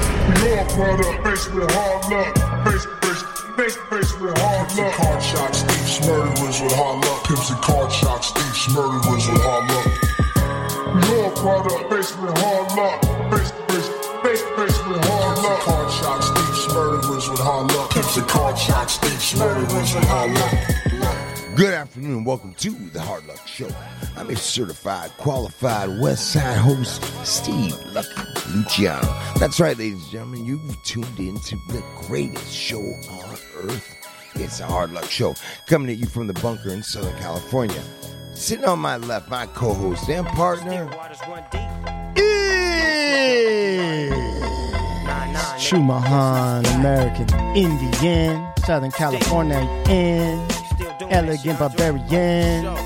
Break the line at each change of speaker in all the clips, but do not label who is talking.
raw product, faced with hard luck. Faced, faced, faced, faced with hard luck. Card shots, thieves, murderers with hard luck. Pimps and card shots, thieves, murderers with hard luck. Raw product, faced with hard luck. Faced, faced, faced, faced with hard luck. Card shots, thieves, murderers with hard luck. Pimps and card shots, thieves, murderers with hard luck.
Good afternoon. Welcome to the Hard Luck Show. I'm your certified, qualified West Side host, Steve Lucky Luciano. That's right, ladies and gentlemen. You've tuned in to the greatest show on earth. It's the Hard Luck Show, coming at you from the bunker in Southern California. Sitting on my left, my co-host and partner is
Chumahan, American, Indian, Southern California, in, elegant barbarian.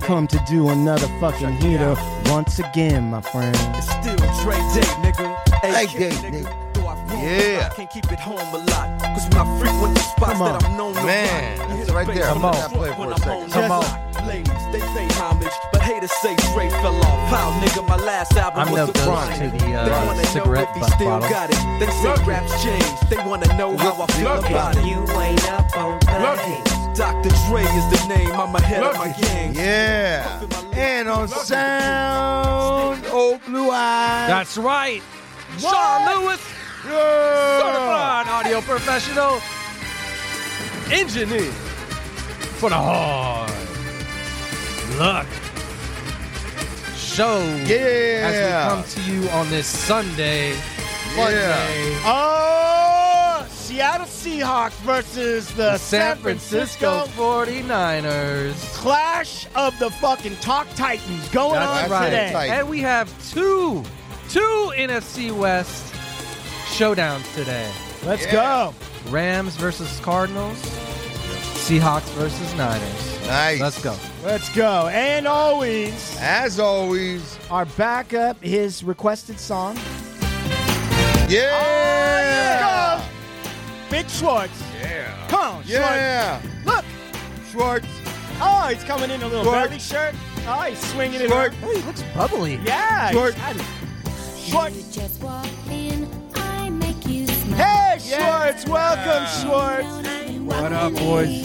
Come to do another fucking heater once again, my friend.
Still Dre Day, nigga. Hey,
Like
kid,
that, nigga.
Though I've grown a
Yeah.
lot, Can't keep it home a lot. Cause when I frequent the spots
Come on.
that I'm known to
Man,
rock, you hear
that's
the
right
bass
there.
on
I'm
the
gonna let that
drum
play for
when
a
I'm
second.
on the
Come
on.
block. Ladies, they pay homage, but haters say Dre fell off. How, nigga, my last album
I'm
was
no
the
ghost
chronic.
to the, uh,
they wanna
cigarette
know if he
butt
still
bottle.
got it. They say raps change. They wanna know how I feel about it.
You ain't up on things.
Dr. Dre is the name. I'm ahead of my gang.
Yeah. And on sound, old blue eyes.
That's right. Sean Lewis, certified audio professional, engineer for the hard luck show.
Yeah.
As we come to you on this Sunday, Monday,
Oh, Seattle Seahawks versus the
San Francisco 49ers.
clash of the fucking talk titans going
That's
on
right.
today.
Titan.
And we have two, two NFC West showdowns today.
Let's
Yeah.
go.
Rams versus Cardinals, Seahawks versus Niners.
Nice.
Let's go.
Let's go. And always,
As always,
our backup, his requested song, Oh,
yeah,
Big Schwartz.
yeah,
Come on,
yeah.
Schwartz. Look.
Schwartz,
Oh, he's coming in a little
Schwartz.
belly shirt. Oh, he's swinging it.
Schwartz,
around.
Oh, he looks bubbly.
Yeah.
Schwartz.
he's-
You
Schwartz.
just walk in, I make you smile.
Hey, Schwartz. Welcome, Schwartz.
What
up, boys?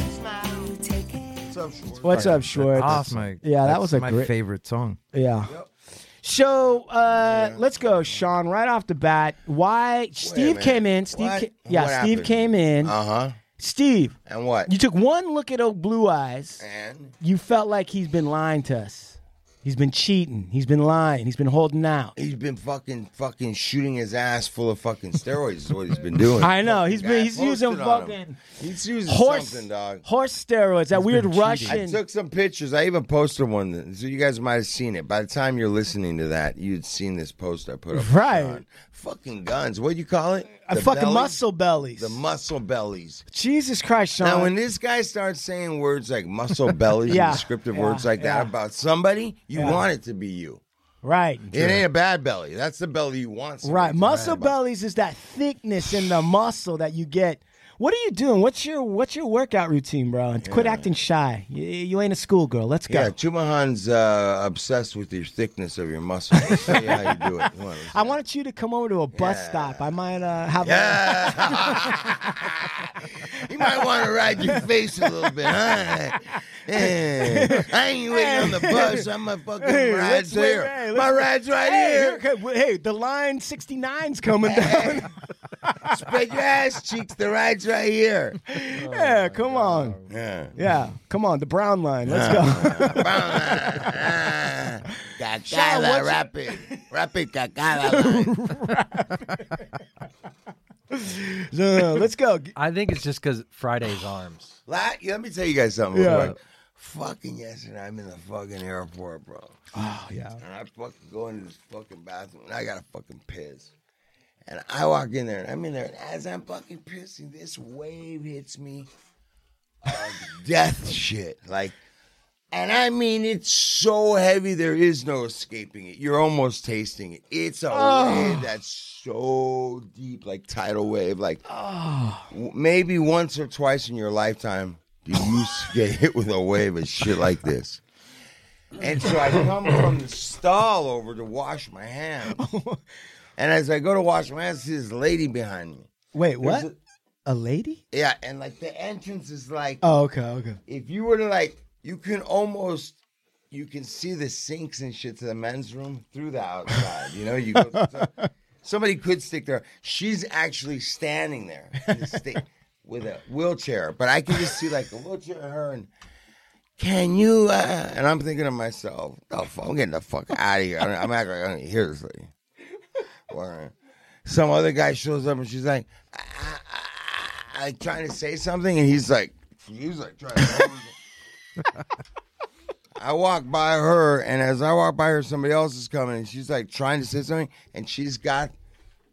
what's up, Schwartz?
What's up, Schwartz?
Awesome. My,
Yeah, that
that's
was a
my
great.
favorite song.
Yeah. So uh, let's go, Sean. Right off the bat, why Steve
minute.
came in? Steve,
What?
ca- yeah,
What
Steve
happened?
came in.
Uh huh.
Steve,
And what?
you took one look at old blue eyes.
and
You felt like he's been lying to us. He's been cheating. He's been lying. He's been holding out.
he's been fucking, fucking shooting his ass full of fucking steroids. is what he's been doing.
I know. He's
Fucking
been
guy
he's using
posted on him.
fucking
He's using
horse
something, dog.
horse steroids. That weird
I
Russian.
took some pictures. I even posted one, so you guys might have seen it. By the time you're listening to that, you'd seen this post I put up. with
Right.
Sean. Fucking guns. What do you call it?
a
The
uh, fucking
belly?
muscle bellies.
The muscle bellies.
Jesus Christ, Sean.
Now, when this guy starts saying words like muscle belly
Uh, Yeah,
and descriptive
yeah,
words like that
yeah.
about somebody, you
Yeah.
want it to be you.
right.
It ain't a bad belly. That's the belly you want. somebody
Right.
to
Muscle
write about.
bellies is that thickness in the muscle that you get. What are you doing? What's your what's your workout routine, bro? And Quit acting shy. You, you ain't a schoolgirl. Let's go.
Yeah, Chumahan's uh, obsessed with your thickness of your muscle. I'll show you how you do it. Come on, let's
I
do it.
wanted you to come over to a bus
Yeah.
stop. I might uh, have.
Yeah. you might want to ride your face a little bit, huh? Yeah. I ain't waiting on the bus. I'm a fucking
Hey,
ride's
let's wait-
there.
hey,
My
let's-
ride's right
hey,
here. Oh,
here- hey, the line 69's coming down.
Spread your ass cheeks. The ride's right here.
yeah, come on.
Yeah.
Yeah, come on. The brown line. Let's go. Sean, what's
Cacala,
your-
rapid. Rapid cacala. line.
Uh, let's go.
I think it's just because Friday's arms.
Let let me tell you guys something real
Yeah.
quick. Fucking yesterday, I'm in the fucking airport, bro.
Oh, yeah.
and I fucking go into this fucking bathroom and I gotta fucking piss. And I walk in there and I'm in there, and as I'm fucking pissing, this wave hits me of death shit. Like, and I mean, it's so heavy, there is no escaping it. You're almost tasting it. It's a wave that's so deep, like tidal wave. Like, w- maybe once or twice in your lifetime do you s- get hit with a wave of shit like this. And so I come from the stall over to wash my hands. And as I go to wash my hands, I see this lady behind me.
Wait, what?
There's
A lady?
Yeah, and like the entrance is like
Oh, okay, okay.
if you were to like, you can almost, you can see the sinks and shit to the men's room through the outside. You know, you go, somebody could stick there. She's actually standing there in the sta- with a wheelchair, but I can just see like a wheelchair and her. And can you? Uh, and I'm thinking to myself, the fuck, I'm getting the fuck out of here. I don't, I'm acting like I don't even hear this lady. Or some other guy shows up and she's like, ah, ah, ah, like trying to say something, and he's like, he's like trying to. I walk by her, and as I walk by her, somebody else is coming, and she's like trying to say something, and she's got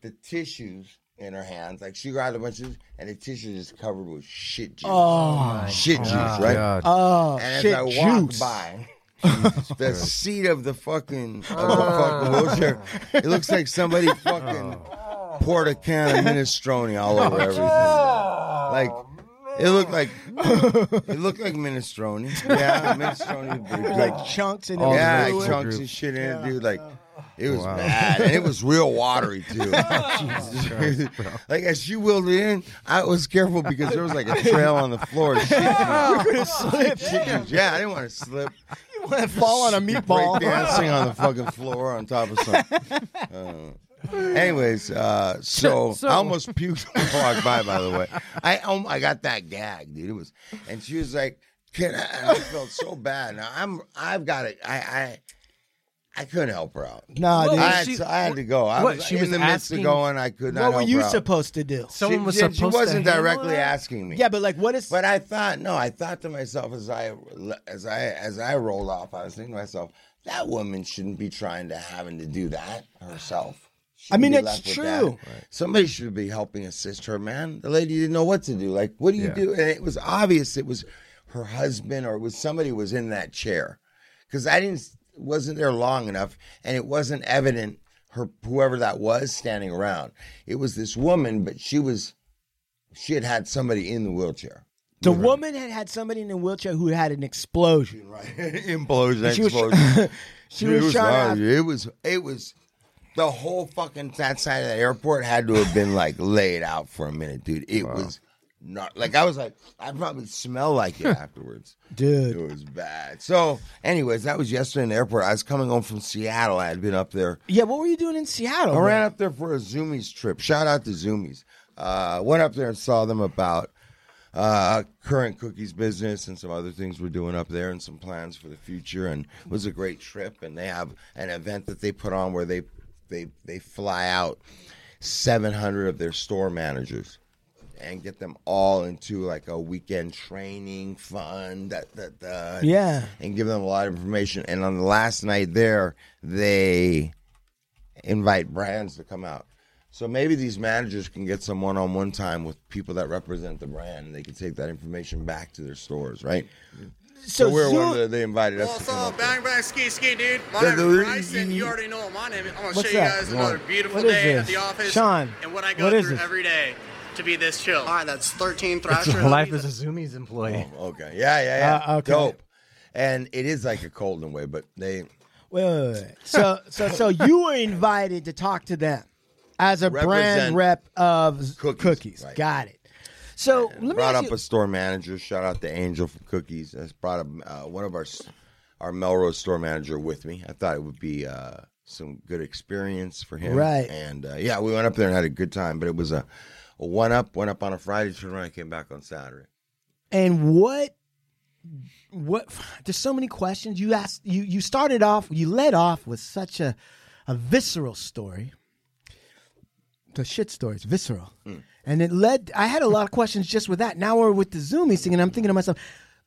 the tissues in her hands, like she grabbed a bunch of, and the tissue is covered with shit juice, oh, shit juice, right?
God.
Oh,
And
shit
as I walk
juice.
by, the seat of the fucking, of the
Oh.
fucking wheelchair, it looks like somebody fucking poured a can of minestrone all over everything.
Oh,
Like it looked like it looked like minestrone. Yeah, minestrone. but
Like chunks and
All
yeah,
the
I
way
chunks
through.
and shit in it, dude. Like, it was bad, and it was real watery too. like as she wheeled it in, I was careful because there was like a trail on the floor. Shit, yeah, I didn't want to slip.
fall on a meatball.
Break dancing on the fucking floor on top of something. Uh, anyways, uh, so,
So-
I almost puked when I walked by. By the way, I um, I got that gag, dude. It was, and she was like, "Can I?" And I felt so bad. Now I'm I've got it. I I I couldn't help her out.
Nah,
Well,
dude.
I had,
she-
to, I had to go. I
what,
was
she
in
was
the midst of
asking-
going. I could not.
what were
help
you
her out.
supposed to do?
Someone
she,
was
she-
supposed
She wasn't
to handle
directly
it?
asking me.
Yeah, but like, what is?
But I thought no, I thought to myself as I as I as I rolled off, I was thinking to myself, that woman shouldn't be trying to having to do that herself. She
I mean,
shouldn't be
that's
left with that.
true.
Somebody should be helping assist her, man. The lady didn't know what to do. Like, what do you
Yeah.
do? And it was obvious it was her husband or it was somebody was in that chair because I didn't wasn't there long enough, and it wasn't evident her whoever that was standing around. It was this woman, but she was she had had somebody in the wheelchair.
the woman had had somebody in a wheelchair who had an explosion. Right.
implosion,
She was-
explosion.
She was, trying to.
It was. It was. The whole fucking that side of the airport had to have been like laid out for a minute, dude. It was not like I was like I probably smell like it afterwards.
Dude.
It was bad. So, anyways, that was yesterday in the airport. I was coming home from Seattle. I had been up there.
Yeah, what were you doing in Seattle?
I ran
man?
up there for a Zoomies trip. Shout out to Zoomies. Uh, went up there and saw them about uh, current cookies business and some other things we're doing up there and some plans for the future. And it was a great trip. And they have an event that they put on where they they they fly out 700 of their store managers and get them all into like a weekend training fun. That that that
Yeah.
and give them a lot of information. And on the last night there, they invite brands to come out. So maybe these managers can get some one-on-one time with people that represent the brand, and they can take that information back to their stores, right? So,
So,
we're
Zoom-
one of the, they invited us.
What's
to come
up?
up.
Bang bang ski ski dude. My
Yeah,
name
dude,
is Bryson.
you-
You already know what my name is. I'm gonna
What's
show
that?
you guys
Go
another
on.
beautiful
What is
day
this?
at the office.
Sean,
And what I
what
go
is
through
this?
every day to be this chill. Alright, that's 13 Thrasher.
Life is a Zoomies employee.
Okay, yeah, yeah, yeah.
Uh, okay.
Dope. And it is like a cold in a way, but they
wait, wait, wait. so so so you were invited to talk to them as a brand
Represent
rep of z- cookies.
cookies, right.
Got it. So let me
brought
ask
up
you,
a store manager. Shout out to Angel from Cookies. That's brought up uh, one of our s- our Melrose store manager with me. I thought it would be uh, some good experience for him.
Right.
And uh, yeah, we went up there and had a good time. But it was a, a one up. Went up on a Friday. Turned around. and Came back on Saturday.
and what what there's so many questions you asked you you started off you led off with such a a visceral story the shit story is visceral
Hmm.
and it led i had a lot of questions just with that now we're with the zoomies thing and i'm thinking to myself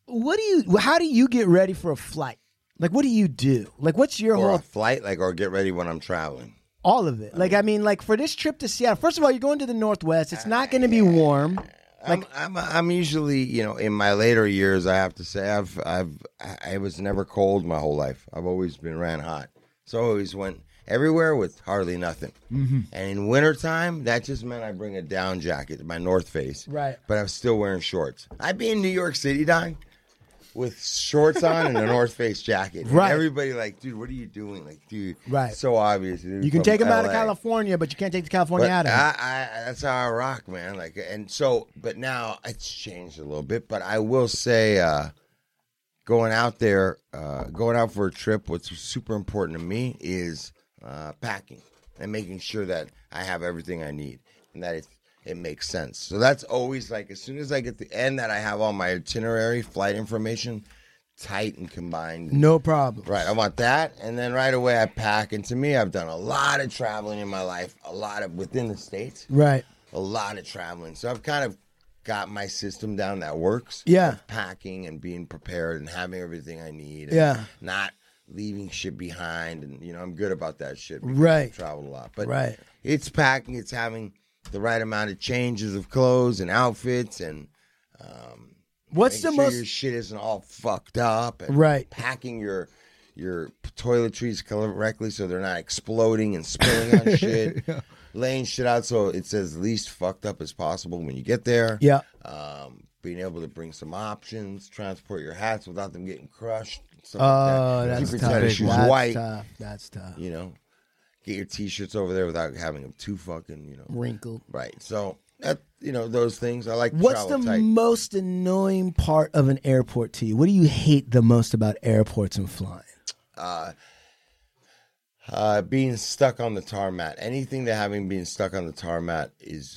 what do you how do you get ready for a flight like what do you do like what's your
Or
whole
a flight, like, or get ready when I'm traveling.
all of it like i mean like for this trip to seattle first of all you're going to the northwest it's not going to be warm
I'm, I'm I'm usually you know in my later years I have to say I've I've I I was never cold my whole life I've always been ran hot so I always went everywhere with hardly nothing
Mm-hmm.
and in wintertime that just meant I bring a down jacket my North Face
Right.
but I'm still wearing shorts I'd be in New York City dying with shorts on and a North Face jacket. And
Right.
everybody like, dude, what are you doing? Like, dude,
Right.
So obvious. dude,
You can
from
take them out of
LA.
California, but you can't take the California
But
out of it.
I, I, that's how I rock, man. Like, and so, but now it's changed a little bit. But I will say, uh, going out there, uh, going out for a trip, what's super important to me is uh, packing and making sure that I have everything I need and that it it makes sense. So that's always like as soon as I get the end that I have all my itinerary, flight information, tight and combined.
No problem.
Right, I want that, and then right away I pack. And to me, I've done a lot of traveling in my life, a lot of within the states,
Right.
a lot of traveling. So I've kind of got my system down that works.
Yeah.
of packing and being prepared and having everything I need. and
Yeah.
not leaving shit behind, and you know I'm good about that shit. because
Right.
I've traveled a lot, but
Right.
it's packing. It's having the right amount of changes of clothes and outfits and.
What's the
Making sure your
most
shit isn't all fucked up and
Right.
packing your your toiletries correctly so they're not exploding and spilling on shit laying shit out so it's as least fucked up as possible when you get there
Yeah.
um being able to bring some options transport your hats without them getting crushed and stuff
Oh,
like that.
that's
keep
tough.
your tennis shoes
That's
white
tough. That's tough.
you know get your t-shirts over there without having them too fucking you know
Wrinkled.
right so that you know those things i like to
What's the
travel tight.
most annoying part of an airport to you? What do you hate the most about airports and flying?
Uh, being stuck on the tarmac. Anything that having being stuck on the tarmac is,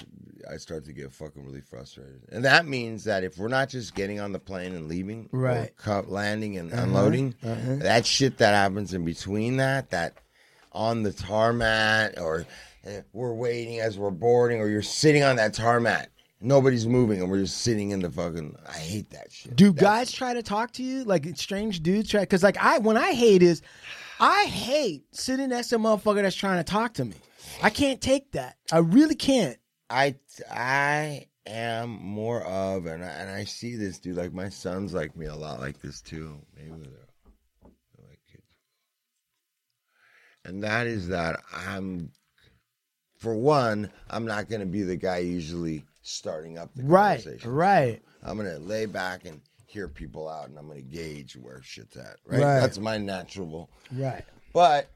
I start to get fucking really frustrated. And that means that if we're not just getting on the plane and leaving, or
Right.
cu- landing and unloading, that shit that happens in between that, that on the tarmac, or eh, we're waiting as we're boarding, or you're sitting on that tarmac, nobody's moving, and we're just sitting in the fucking. I hate that shit.
Do guys try to talk to you? Like strange dudes try because like I when I hate is I hate sitting next to a motherfucker that's trying to talk to me. I can't take that. I really can't.
I I am more of and I, and I see this dude like my son's like me a lot like this too maybe they're, they're like kids and that is that I'm for one I'm not gonna be the guy usually starting up the
Right.
conversation
Right.
I'm gonna lay back and hear people out and I'm gonna gauge where shit's at right,
Right.
that's my natural
Right.
but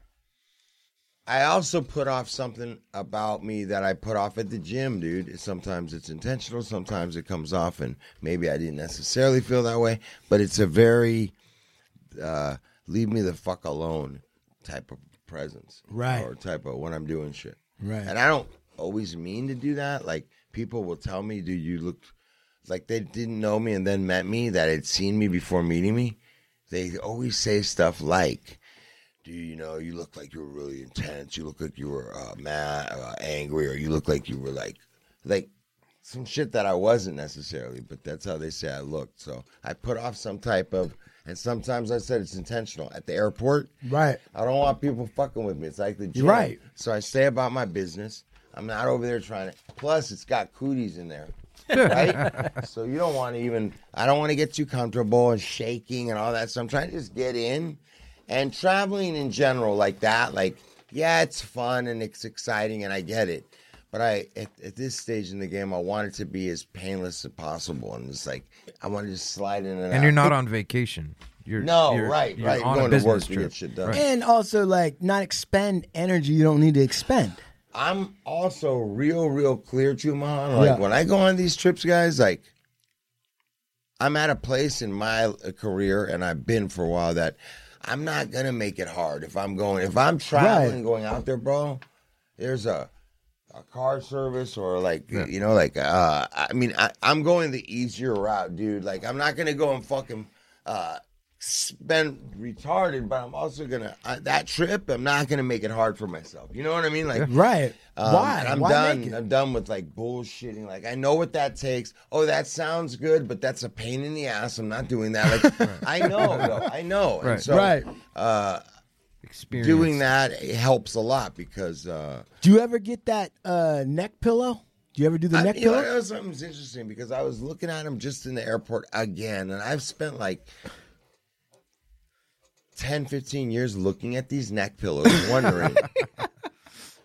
I also put off something about me that I put off at the gym, dude. Sometimes it's intentional, sometimes it comes off, and maybe I didn't necessarily feel that way, but it's a very uh, leave me the fuck alone type of presence.
Right.
Or type of when I'm doing shit.
Right.
And I don't always mean to do that. Like, people will tell me, dude, you look like they didn't know me and then met me, that had seen me before meeting me. They always say stuff like, do you know you look like you were really intense you look like you were uh, mad uh, angry or you look like you were like like some shit that i wasn't necessarily but that's how they say i looked so i put off some type of and sometimes i said it's intentional at the airport
Right.
i don't want people fucking with me it's like the gym
Right.
so i stay about my business i'm not over there trying to plus it's got cooties in there right so you don't want to even i don't want to get too comfortable and shaking and all that so i'm trying to just get in and traveling in general like that like yeah it's fun and it's exciting and i get it but i at, at this stage in the game i want it to be as painless as possible and it's like i want to just slide in and, out.
And you're not on vacation. You're
No,
you're-
right,
you're
right. You're
On
going
a
to
business
work to
trip.
get shit done.
Right.
And also like not expend energy you don't need to expend.
i'm also real real clear too Mahan. like
Yeah.
when i go on these trips guys like i'm at a place in my uh, career and i've been for a while that i'm not gonna make it hard if i'm going if i'm traveling
Right.
going out there bro there's a a car service or like you know like uh i mean I, i'm going the easier route dude like i'm not gonna go and fucking uh spend retarded but i'm also gonna uh, that trip i'm not gonna make it hard for myself you know what i mean like
Right.
um,
Why?
and I'm
Why
done.
make it?
I'm done with like bullshitting. Like I know what that takes. Oh, that sounds good, but that's a pain in the ass. I'm not doing that. Like I know, though. I know. And
Right.
so
right.
Experience.
doing that it helps a lot because uh,
Do you ever get that uh, neck pillow? Do you ever do the
I-
neck
you know,
pillow?
that was something's interesting because I was looking at him just in the airport again, and I've spent like 10, 15 years looking at these neck pillows, wondering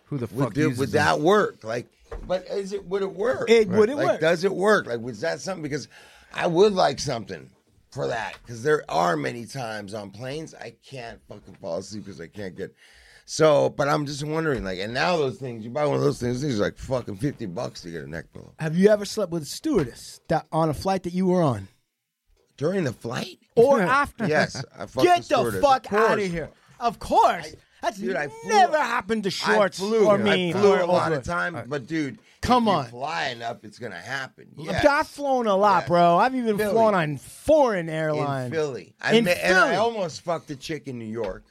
Who the fuck
would, do,
uses
would
them?
that work? Like, but is it would it work?
It- would it
like,
work?
Does it work? Like, was that something? Because I would like something for that because there are many times on planes I can't fucking fall asleep because I can't get. So, but I'm just wondering, like, and now those things you buy one of those things, these are like fucking fifty bucks to get a neck pillow
Have you ever slept with a stewardess that on a flight that you were on
during the flight.
or after?
Yes, I fucked
Get
the,
the,
stewardess,
fuck
course.
out of here. Of course. That's
dude, I flew-
never happened to Schwartz
I flew,
or
I
me.
flew
or
a lot
Oprah.
of times, but dude,
Come
if you
on.
fly enough, it's gonna happen.
I've-
Yes.
I've flown a lot,
Yes.
bro. I've even
Philly.
flown on foreign
in
airlines.
Philly. I
In
met, and I
Philly.
almost fucked a chick in New York.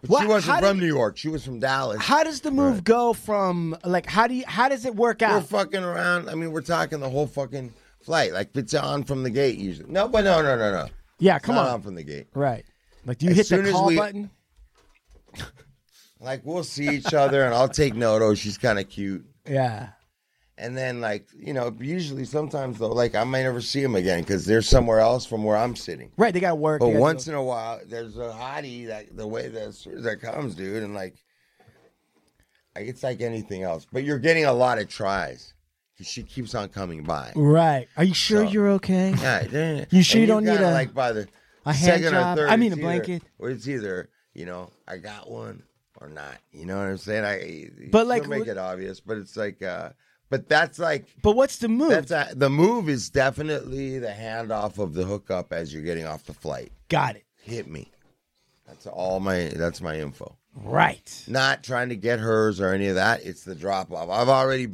But
What-
she
how
wasn't
did-
from New York. She was from Dallas.
How does the move go from like how do you how does it work
we're
out?
fucking around. I mean, we're talking the whole fucking flight. Like if it's on from the gate usually. No, but no, no, no, no.
yeah,
It's
Ah, come
not
on.
from the gate.
Right. Like do you
As
hit
soon
the
as
call
we-
button?
Like we'll see each other, and I'll take note. Oh, she's kind of cute.
Yeah.
And then like you know, usually sometimes though, like I may never see him again because they're somewhere else from where I'm sitting.
Right, they got work.
But
they gotta
once
go.
in a while, there's a hottie that the way that that comes, dude, and like, like, it's like anything else. But you're getting a lot of tries 'cause she keeps on coming by.
Right. Are you sure
So-
you're okay?
Yeah, then-
You sure
and
you don't need
gotta,
a-
like by the
a hand
second
job?
or third?
I mean,
it's
a blanket.
Either, or it's either you know I got one or not. You know what I'm saying? I
But,
she'll
like,
make
what-
it obvious. But it's like, uh but that's like
But what's the move?
that's a, the move is definitely the handoff of the hookup as you're getting off the flight.
got it.
hit me. That's all my that's my info.
Right.
Not trying to get hers or any of that. It's the drop off. I've already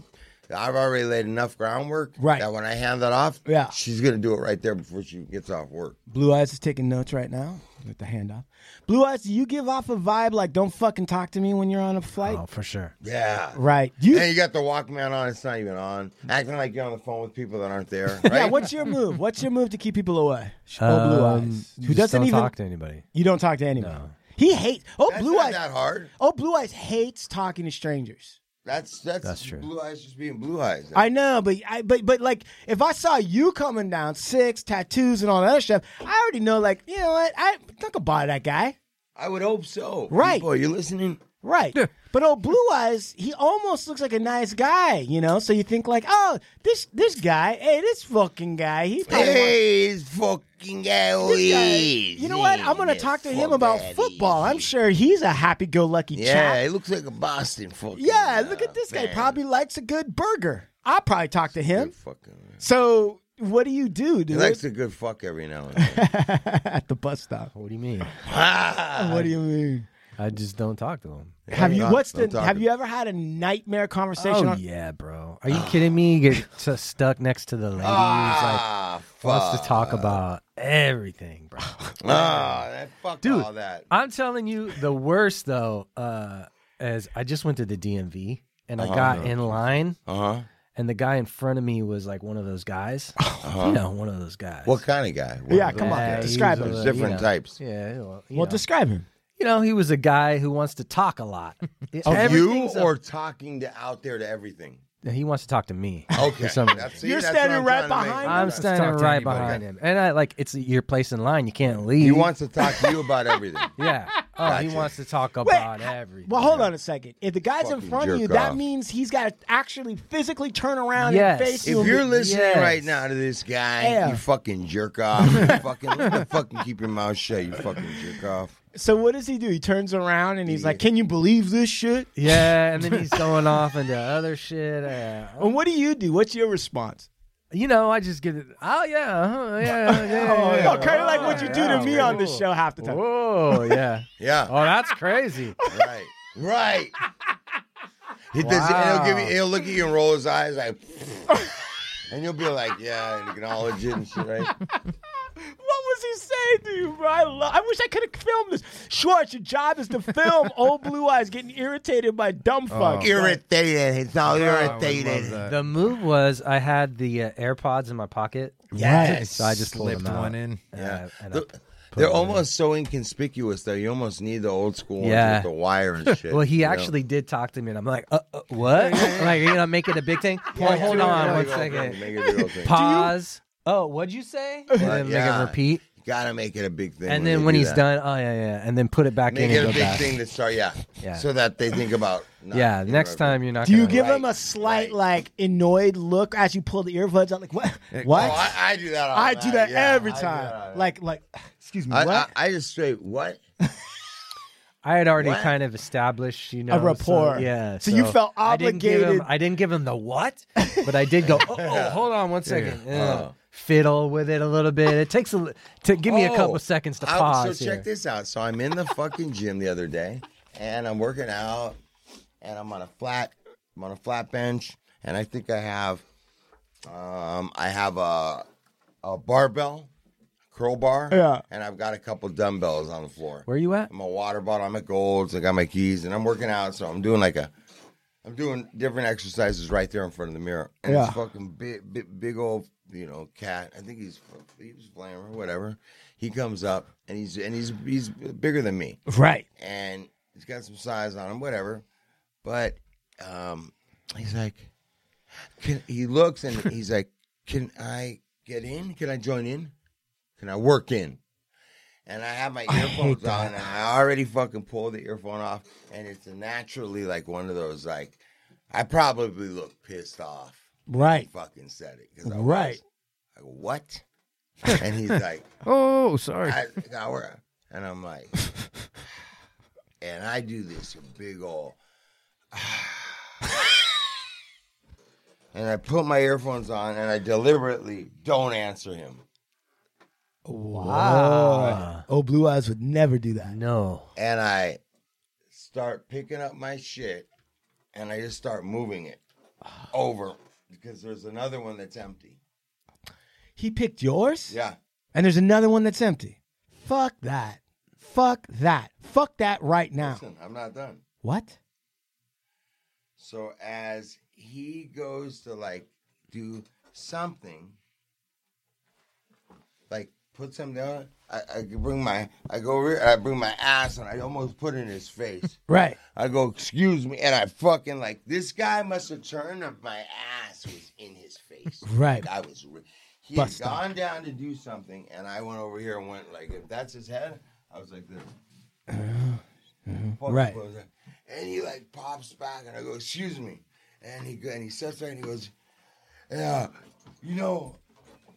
I've already laid enough groundwork
Right.
that when I hand that off,
Yeah.
she's gonna do it right there before she gets off work.
Blue Eyes is taking notes right now with the handoff. Blue Eyes, do you give off a vibe like don't fucking talk to me when you're on a flight?
Oh, for sure.
Yeah.
Right. You
And you got the Walkman on, it's not even on. Acting like you're on the phone with people that aren't there. Right?
Yeah, what's your move? What's your move to keep people away? Oh, Blue
Um,
Eyes. Who
just
doesn't
don't
even
talk to anybody.
You don't talk to anyone. He hates Oh,
that's
Blue
not
Eyes.
that hard.
Oh, Blue Eyes hates talking to strangers.
That's that's,
That's true.
blue eyes just being blue eyes.
I know, but I but but like if I saw you coming down six tattoos and all that other stuff, I already know like you know what I I'm not gonna bother that guy,
I would hope so.
Right.
Boy, you listening?
right? But oh, Blue Eyes, he almost looks like a nice guy, you know. So you think like, oh, this this guy, hey, this fucking guy, he probably wants-
Hey, this fucking guy.
this guy- you know what? I'm gonna talk to him about football. I'm sure he's a happy-go-lucky
Yeah,
chap.
he looks like a Boston fucking.
Yeah,
uh,
look at this guy.
fan.
Probably likes a good burger. I'll probably talk to him.
Good fucking.
So what do you do,
He
dude?
likes a good fuck every now and then.
At the bus stop.
What do you mean?
Ah,
What do you mean?
I just don't talk to them.
Have you
not-
what's
don't
the
talk
have
to-
you ever had a nightmare conversation
Oh
on
yeah, bro. Are you kidding me? You get so stuck next to the ladies. like
ah,
wants
fuck.
to talk about everything, bro.
Ah, that fuck
Dude.
all that.
I'm telling you, the worst though, uh, is I just went to the DMV and I
Uh-huh.
got in line,
Uh huh.
and the guy in front of me was like one of those guys. You know, one of those guys.
Uh-huh. What kind of guy? What-
Yeah, come on.
Yeah,
Describe
he's
him.
a-
There's different
you know.
types.
Yeah, well, you,
Well,
know.
describe him.
you know, he was a guy who wants to talk a lot.
Of you
Everything's a-
or talking to out there to everything?
he wants to talk to me.
Okay.
For some reason.
That's- see,
You're
that's what
standing
I'm
right
trying to make.
behind
I'm
Let's
standing
talk to
right
anybody.
behind him, and I like it's your place in line. You can't leave.
He wants to talk to you about everything.
yeah. Oh, he
Gotcha.
wants to talk
Wait,
about everything.
well, hold on a second. If the guy's in
Fucking
front of
jerk
you, that
off.
means he's got to actually physically turn around
Yes.
and face you.
If you're listening
Yes.
right now to this guy,
Yeah.
you fucking jerk off. You fucking, fucking keep your mouth shut, you fucking jerk off.
so what does he do? He turns around and he's like, "Can you believe this shit?"
Yeah, and then he's going off into other shit. Uh,
And what do you do? What's your response?
you know, I just get it. Oh yeah, uh-huh, yeah, yeah,
Oh,
yeah.
kind of like what you do to
yeah,
me on this show half the time.
Whoa, yeah.
Yeah.
Oh, that's crazy.
Right. Right. He does,
Wow.
he'll, give you, he'll look at you and roll his eyes like, and you'll be like, yeah, and acknowledge it and shit, right?
What was he saying to you, bro? I, lo- I wish I could have filmed this. Schwartz, your job is to film old blue eyes getting irritated by dumb
Oh,
fuck.
Irritated. He's all
love
irritated.
that.
The move was I had the uh, AirPods in my pocket.
Yes.
so I just pulled
Slipped
them out,
one in.
and
Yeah.
I- and I
The-
put
They're
them in.
almost so inconspicuous, though. You almost need the old school ones
Yeah.
with the wire and shit.
Well,
you
he
know?
actually did talk to me, and I'm like, uh, uh, what? like, you know, make it a big thing. Well,
Yeah,
hold
yeah,
on
yeah,
one
yeah,
second.
make it a real thing.
Pause. Oh, what'd you say? And then make
yeah.
it repeat.
Gotta make it a big thing.
and
when
then
they
when
do
he's
that.
done, oh yeah, yeah, and then put it back
make
in
it
and
a
go
big
back.
thing to start. Yeah,
Yeah.
So that they think about. not-
yeah,
you know
next
what I mean?
time you're not.
Do you
gonna-
give him a slight, like, annoyed look as you pull the earbuds out? Like, what? What?
Oh, I, I do that. All
I
the
do
time.
that
Yeah,
every
I do
time.
that all the
like, like, excuse me,
time. I,
what?
I, I just straight what?
I had already
What?
kind of established, you know,
A
so-
rapport.
yeah.
So you felt
I didn't give him-
obligated-
I didn't give him, the what, but I did go. Oh, oh, hold on one second. Yeah.
Oh.
Fiddle with it a little bit. It takes a li- to give me a couple
Oh,
seconds to
I-
pause.
So
here.
check this out. So I'm in the fucking gym the other day, and I'm working out, and I'm on a flat, I'm on a flat bench, and I think I have, um, I have a, a barbell, curl bar,
Yeah.
and I've got a couple dumbbells on the floor.
Where you at?
I'm a water bottle. I'm at Gold's. I got my keys, and I'm working out. So I'm doing like a, I'm doing different exercises right there in front of the mirror. And
Yeah.
this fucking big, big, big old, you know, cat. I think he's he was playing or whatever. He comes up and he's and he's he's bigger than me,
right.
and he's got some size on him, whatever. But um, he's like, can, he looks and he's like, can I get in? Can I join in? Can I work in? And I have my earphones on, and I already fucking pulled the earphone off, and it's naturally like one of those like, I probably look pissed off. when
Right.
he fucking said it because I
Right.
was like, what? and he's like,
Oh, sorry.
I got where, and I'm like, and I do this big old, and I put my earphones on, and I deliberately don't answer him,
Wow. Oh, Blue Eyes would never do that.
No.
and I start picking up my shit, and I just start moving it over because there's another one that's empty.
He picked yours?
Yeah,
And there's another one that's empty. Fuck that. Fuck that. Fuck that right now.
listen, I'm not done.
What?
So as he goes to like do something, like put something down, I, I bring my I go over, here, I bring my ass and I almost put it in his face.
Right.
I go, excuse me, and I fucking like this guy must have turned up my ass was in his face.
Right.
I was re- he
Bust
had gone down to do something and I went over here and went like if that's his head, I was like this. Fucking
Uh-huh. Right.
close that. And he like pops back and I go, excuse me. And he go- and he sits there and he goes, Yeah, you know,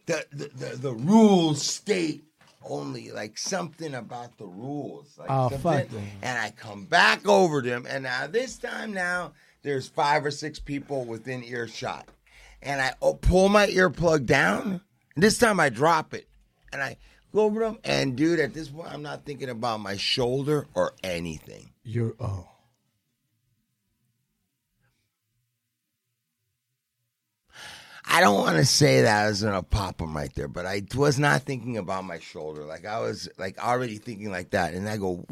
the the, the, the rules state only like something about the rules. Like
Oh,
something.
fuck them.
And I come back over to him, and now this time now there's five or six people within earshot, and I oh, pull my earplug down. This time I drop it, and I go over to him. And dude, at this point, I'm not thinking about my shoulder or anything.
You're oh.
I don't want to say that as an apopum right there, but I was not thinking about my shoulder. Like I was like already thinking like that, and I go,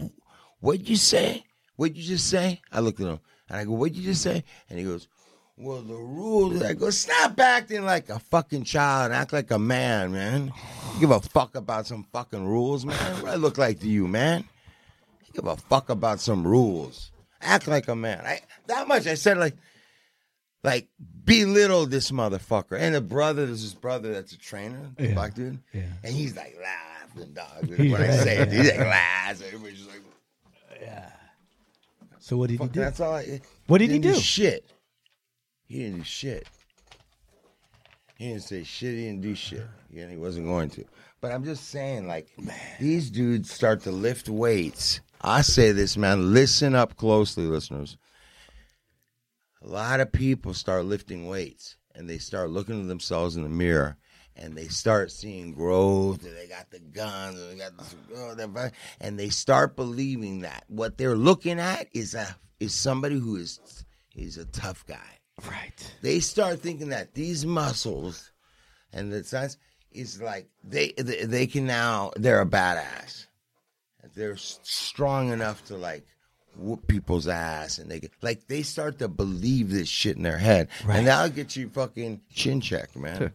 "What'd you say? What'd you just say?" I looked at him and I go, "What'd you just say?" And he goes, "Well, the rule." is-" I go, "Stop acting like a fucking child. and Act like a man, man. You give a fuck about some fucking rules, man. What I look like to you, man? You give a fuck about some rules. Act like a man. I that much I said like." like belittle this motherfucker. And the brother, there's this brother that's a trainer, the black dude, and he's like laughing, dog. When I say it, he's like laughs. Everybody's just like,
So what did he
fuck,
do?
that's all. I,
What did he
didn't
do?
Shit. He didn't do shit. He didn't say shit. He didn't do shit. Yeah, he wasn't going to. But I'm just saying, like, these dudes start to lift weights. I say this, man. Listen up closely, listeners. A lot of people start lifting weights and they start looking at themselves in the mirror and they start seeing growth and they got the guns and they got this, oh, they're fine, and they start believing that what they're looking at is a is somebody who is is a tough guy.
Right.
They start thinking that these muscles and the size is like they they, they can now they're a badass. They're s- strong enough to like whoop people's ass and they get, like they start to believe this shit in their head and that'll get you fucking chin check man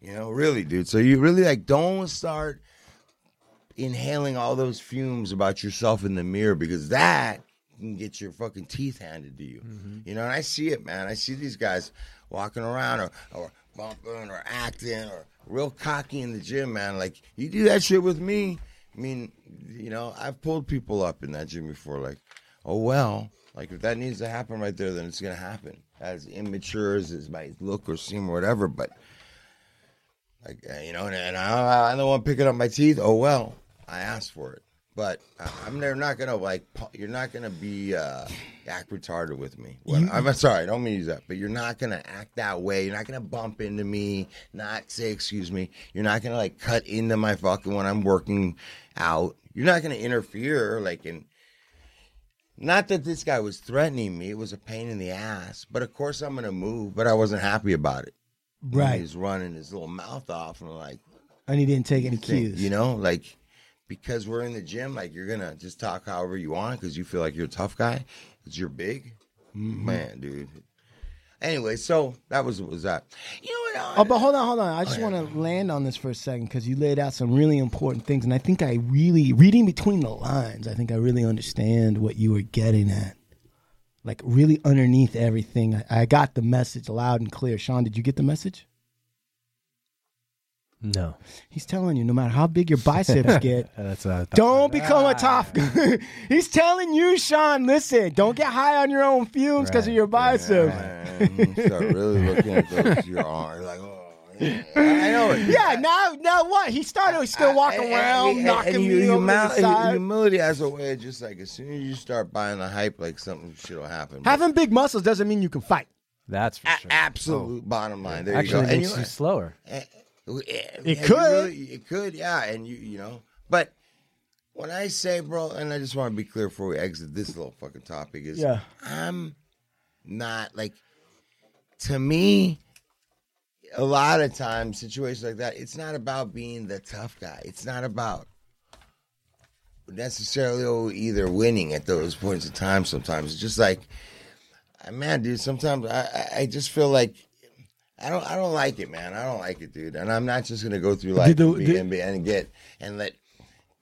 you know really dude so you really like don't start inhaling all those fumes about yourself in the mirror because that can get your fucking teeth handed to you you know and i see it man i see these guys walking around or, or bumping or acting or real cocky in the gym, man. Like you do that shit with me. I mean, you know, I've pulled people up in that gym before. Like, oh well, like if that needs to happen right there, then it's gonna happen. As immature as it might look or seem or whatever, but like uh, you know, and, and I, I don't want picking up my teeth. Oh well, I asked for it, but I, I'm never not gonna like. pu- You're not gonna be uh, act retarded with me. Well,
You-
I'm sorry, I don't mean to use that, but you're not gonna act that way. You're not gonna bump into me, not say excuse me. You're not gonna like cut into my fucking when I'm working out. You're not gonna interfere like in. Not that this guy was threatening me; it was a pain in the ass. But of course, I'm gonna move. But I wasn't happy about it. And
Right.
He's running his little mouth off and like
And he didn't take any
think,
cues.
you know, like because we're in the gym, like you're gonna just talk however you want because you feel like you're a tough guy because you're big,
Mm-hmm.
man, dude. Anyway, so that was was that.
Oh, but hold on, hold on. I just want to land on this for a second because you laid out some really important things, and I think I really reading between the lines. I think I really understand what you were getting at. Like really underneath everything, I, I got the message loud and clear. Sean, did you get the message?
No.
He's telling you, no matter how big your biceps get,
That's what I thought. Ah.
Don't become a tough guy. He's telling you, Sean, listen, don't get high on your own fumes because of your biceps.
Start really looking at those your arms, like oh, I know it.
Yeah, now now what? He started to still walk
And- and-
around,
and-
knocking
and
me over
humil-
to the side.
Humility as a way, of just like as soon as you start buying the hype, like something shit will happen.
Having big muscles doesn't mean you can fight.
That's for sure.
Absolute bottom line. Ah, There
Actually
you go. And
makes
you-
you slower.
It
could.
Eh, it could, yeah. And you, you know, but when I say, bro, and I just want to be clear before we exit this little fucking topic is,
Yeah.
I'm not like to me. A lot of times, situations like that, it's not about being the tough guy. It's not about necessarily either winning at those points in time. Sometimes it's just like, uh, man, dude. Sometimes I, I, I just feel like I don't I don't like it, man. I don't like it, dude. And I'm not just gonna go through life
Did the-
and, be,
did-
and, be, and get and let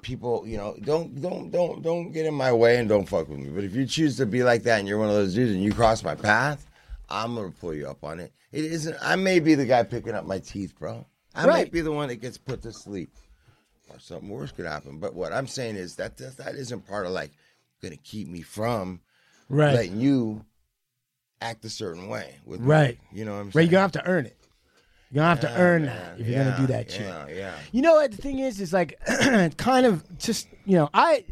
people, you know, don't don't don't don't get in my way and don't fuck with me. But if you choose to be like that and you're one of those dudes and you cross my path, I'm gonna pull you up on it. It isn't. I may be the guy picking up my teeth, bro. I
Right.
might be the one that gets put to sleep, or something worse could happen. But what I'm saying is that that, that isn't part of like gonna keep me from
Right.
letting you act a certain way with me.
Right.
You know what I'm
Right,
saying?
you're gonna have to earn it. You're gonna have to
Yeah,
earn
man.
that if you're gonna do
Yeah,
that shit.
yeah, yeah.
You know what the thing is is like kind of just you know, I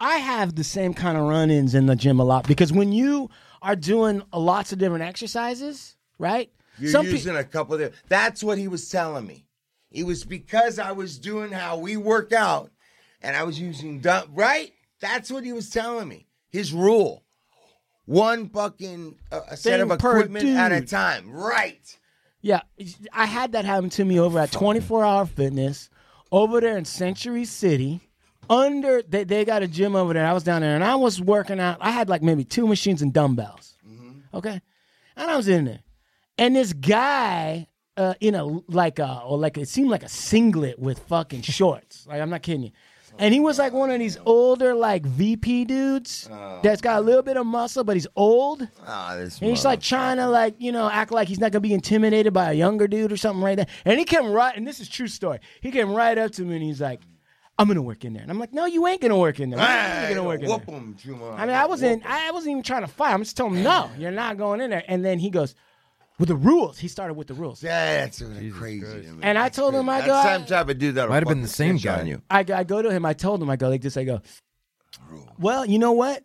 I have the same kind of run ins in the gym a lot because when you are doing a lots of different exercises, right?
You're
Some pe-
using a couple of. That's what he was telling me. It was because I was doing how we work out, and I was using dumb. Right? That's what he was telling me. His rule: one fucking uh, a set of
Thing per
equipment at a
dude.
time. Right.
Yeah, I had that happen to me over at 24 Hour Fitness over there in Century City. Under they, they got a gym over there. I was down there and I was working out. I had like maybe two machines and dumbbells. Okay, and I was in there, and this guy uh, in a like a or like it seemed like a singlet with fucking shorts. like I'm not kidding you. And he was like one of these older like VP dudes that's got a little bit of muscle, but he's old.
Ah, this.
And he's like trying to like, you know, act like he's not gonna be intimidated by a younger dude or something right there. And he came right and this is true story. He came right up to me and he's like, I'm gonna work in there. And I'm like, No, you ain't gonna work in there. Why
Hey,
you gonna work in
whoop
there?
him, Juma.
I mean, I wasn't I wasn't even trying to fight. I'm just telling him, No, you're not going in there. And then he goes, With the rules. He started with the rules.
That's crazy to me.
And I told him, I
That
go I-
same type of dude that
Might have been the same guy.
on you.
I, I go to him. I told him. I go like this. I go. Well, you know what?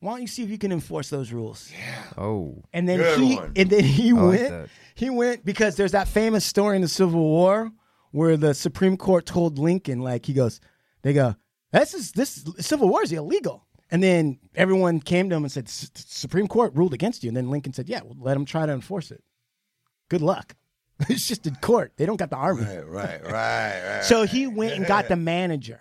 Why don't you see if you can enforce those rules?
Oh,
And then
Good
he
one.
and then he
I like
went.
that.
he went because there's that famous story in the Civil War where the Supreme Court told Lincoln, like he goes, they go, this is this Civil War is illegal. And then everyone came to him and said, "S- Supreme Court ruled against you. And then Lincoln said, Yeah, well, let them try to enforce it. Good luck. it's just a court. They don't got the army.
Right, right, right, right.
So he went and got the manager.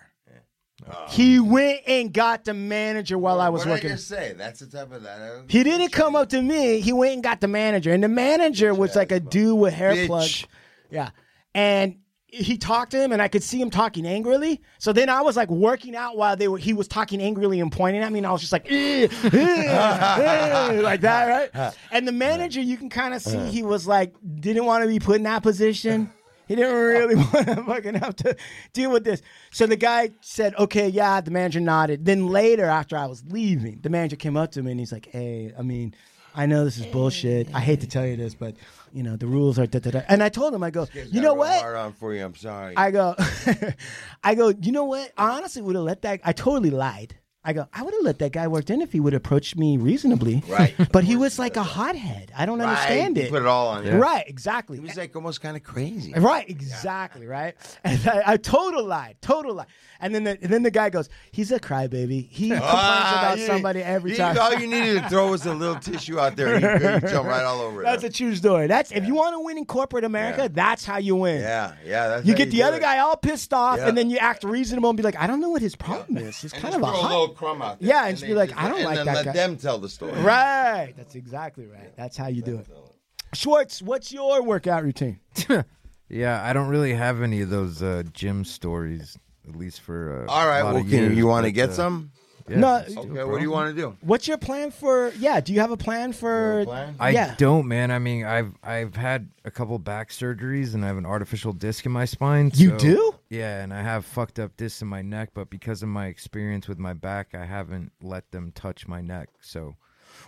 He went and got the manager while I was
what
working.
Did I just say that's the type of that. uh,
He didn't come up to me. He went and got the manager, and the manager was like a dude with hair
Bitch.
plugs. Yeah, and he talked to him, and I could see him talking angrily. So then I was like working out while they were. He was talking angrily and pointing at me, and I was just like, "Eh, eh, eh," like that, right? And the manager, you can kind of see he was like didn't want to be put in that position. He didn't really want to fucking have to deal with this. So the guy said, okay, yeah, the manager nodded. Then later, after I was leaving, the manager came up to me and he's like, hey, I mean, I know this is bullshit. I hate to tell you this, but, you know, the rules are da da da. And I told him, I go, you know what?
Hard on for you. I'm sorry.
I go, I go. You know what? I honestly would have let that. I totally lied. I go. I would have let that guy worked in if he would approach me reasonably.
Right.
but he was like a hothead. I don't understand
Right,
it.
you put it all on you.
Right. Exactly. Eh,
It was like almost kind of crazy.
Right, exactly, right. And I, I total lied, total lie. And then the and then the guy goes, "He's a crybaby. He complains
Ah,
about
you-
somebody every
you-
time."
All you needed to throw was a little tissue out there, and you, you jump right all over it.
That's a true story. That's if you want to win in corporate America,
Yeah.
that's how you win.
yeah, yeah. That's
You
how
get the
do
other
it.
guy all pissed off,
Yeah.
and then you act reasonable and be like, "I don't know what his problem is. He's
And
kind
just
of a
throw
hot."
little crumb out there.
Yeah, and just be like,
then-
I don't
and
like
then
that
Let
guy.
them tell the story.
Right. That's exactly right. That's how you do it. Schwartz, what's your workout routine?
Yeah, I don't really have any of those uh, gym stories, at least for. Uh,
All right.
a lot
Well,
of
can
years,
you want to
but,
get
uh,
some?
Yeah,
No,
let's
Okay.
it, bro.
What do you want to do?
What's your plan for? Yeah, do you have a plan
You
for?
have a plan?
I
yeah.
don't, man. I mean, I've I've had a couple back surgeries, and I have an artificial disc in my spine.
You
so-
do?
Yeah, and I have fucked up discs in my neck, but because of my experience with my back, I haven't let them touch my neck. So,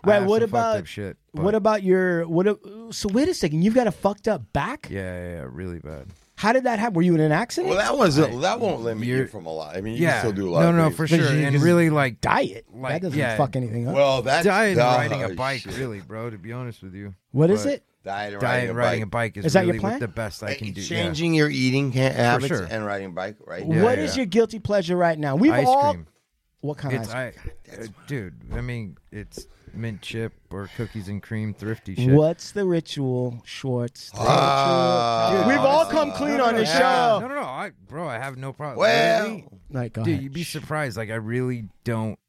I
Right,
have
what
some fucked
about-
up shit?
what
but-
about your what? a- So wait a second, you've got a fucked up back.
Yeah, yeah, yeah, really bad.
How did that happen? Were you in an accident?
Well, that wasn't. That won't limit you
You're-
from a lot. I mean, you
yeah,
can still do a lot.
No,
of
no,
things.
for
But
sure,
you
and
just
really like
Diet. that
Like,
doesn't
yeah.
fuck anything up.
Well, that's
diet and
oh,
riding a bike,
shit.
really, bro. To be honest with you,
what is
but
it?
Diet and
Diet
riding,
and riding a bike is,
Is that your
really
plan?
what the best I can do. yeah.
Changing your eating ha- habits
sure.
and riding a bike, right?
Yeah,
what
yeah,
is
yeah.
your guilty pleasure right now? We've
ice
all
cream.
what kind
It's
of ice
I, uh, dude. I mean, it's mint chip or cookies and cream, thrifty
cream?
shit.
What's the ritual, Schwartz? The
Ah.
ritual.
Dude,
We've all
honestly.
come clean on this
Yeah.
show.
No, no, no, I, bro. I have no problem.
Well-
Literally,
Like, go
dude,
ahead.
you'd be surprised. Like, I really don't.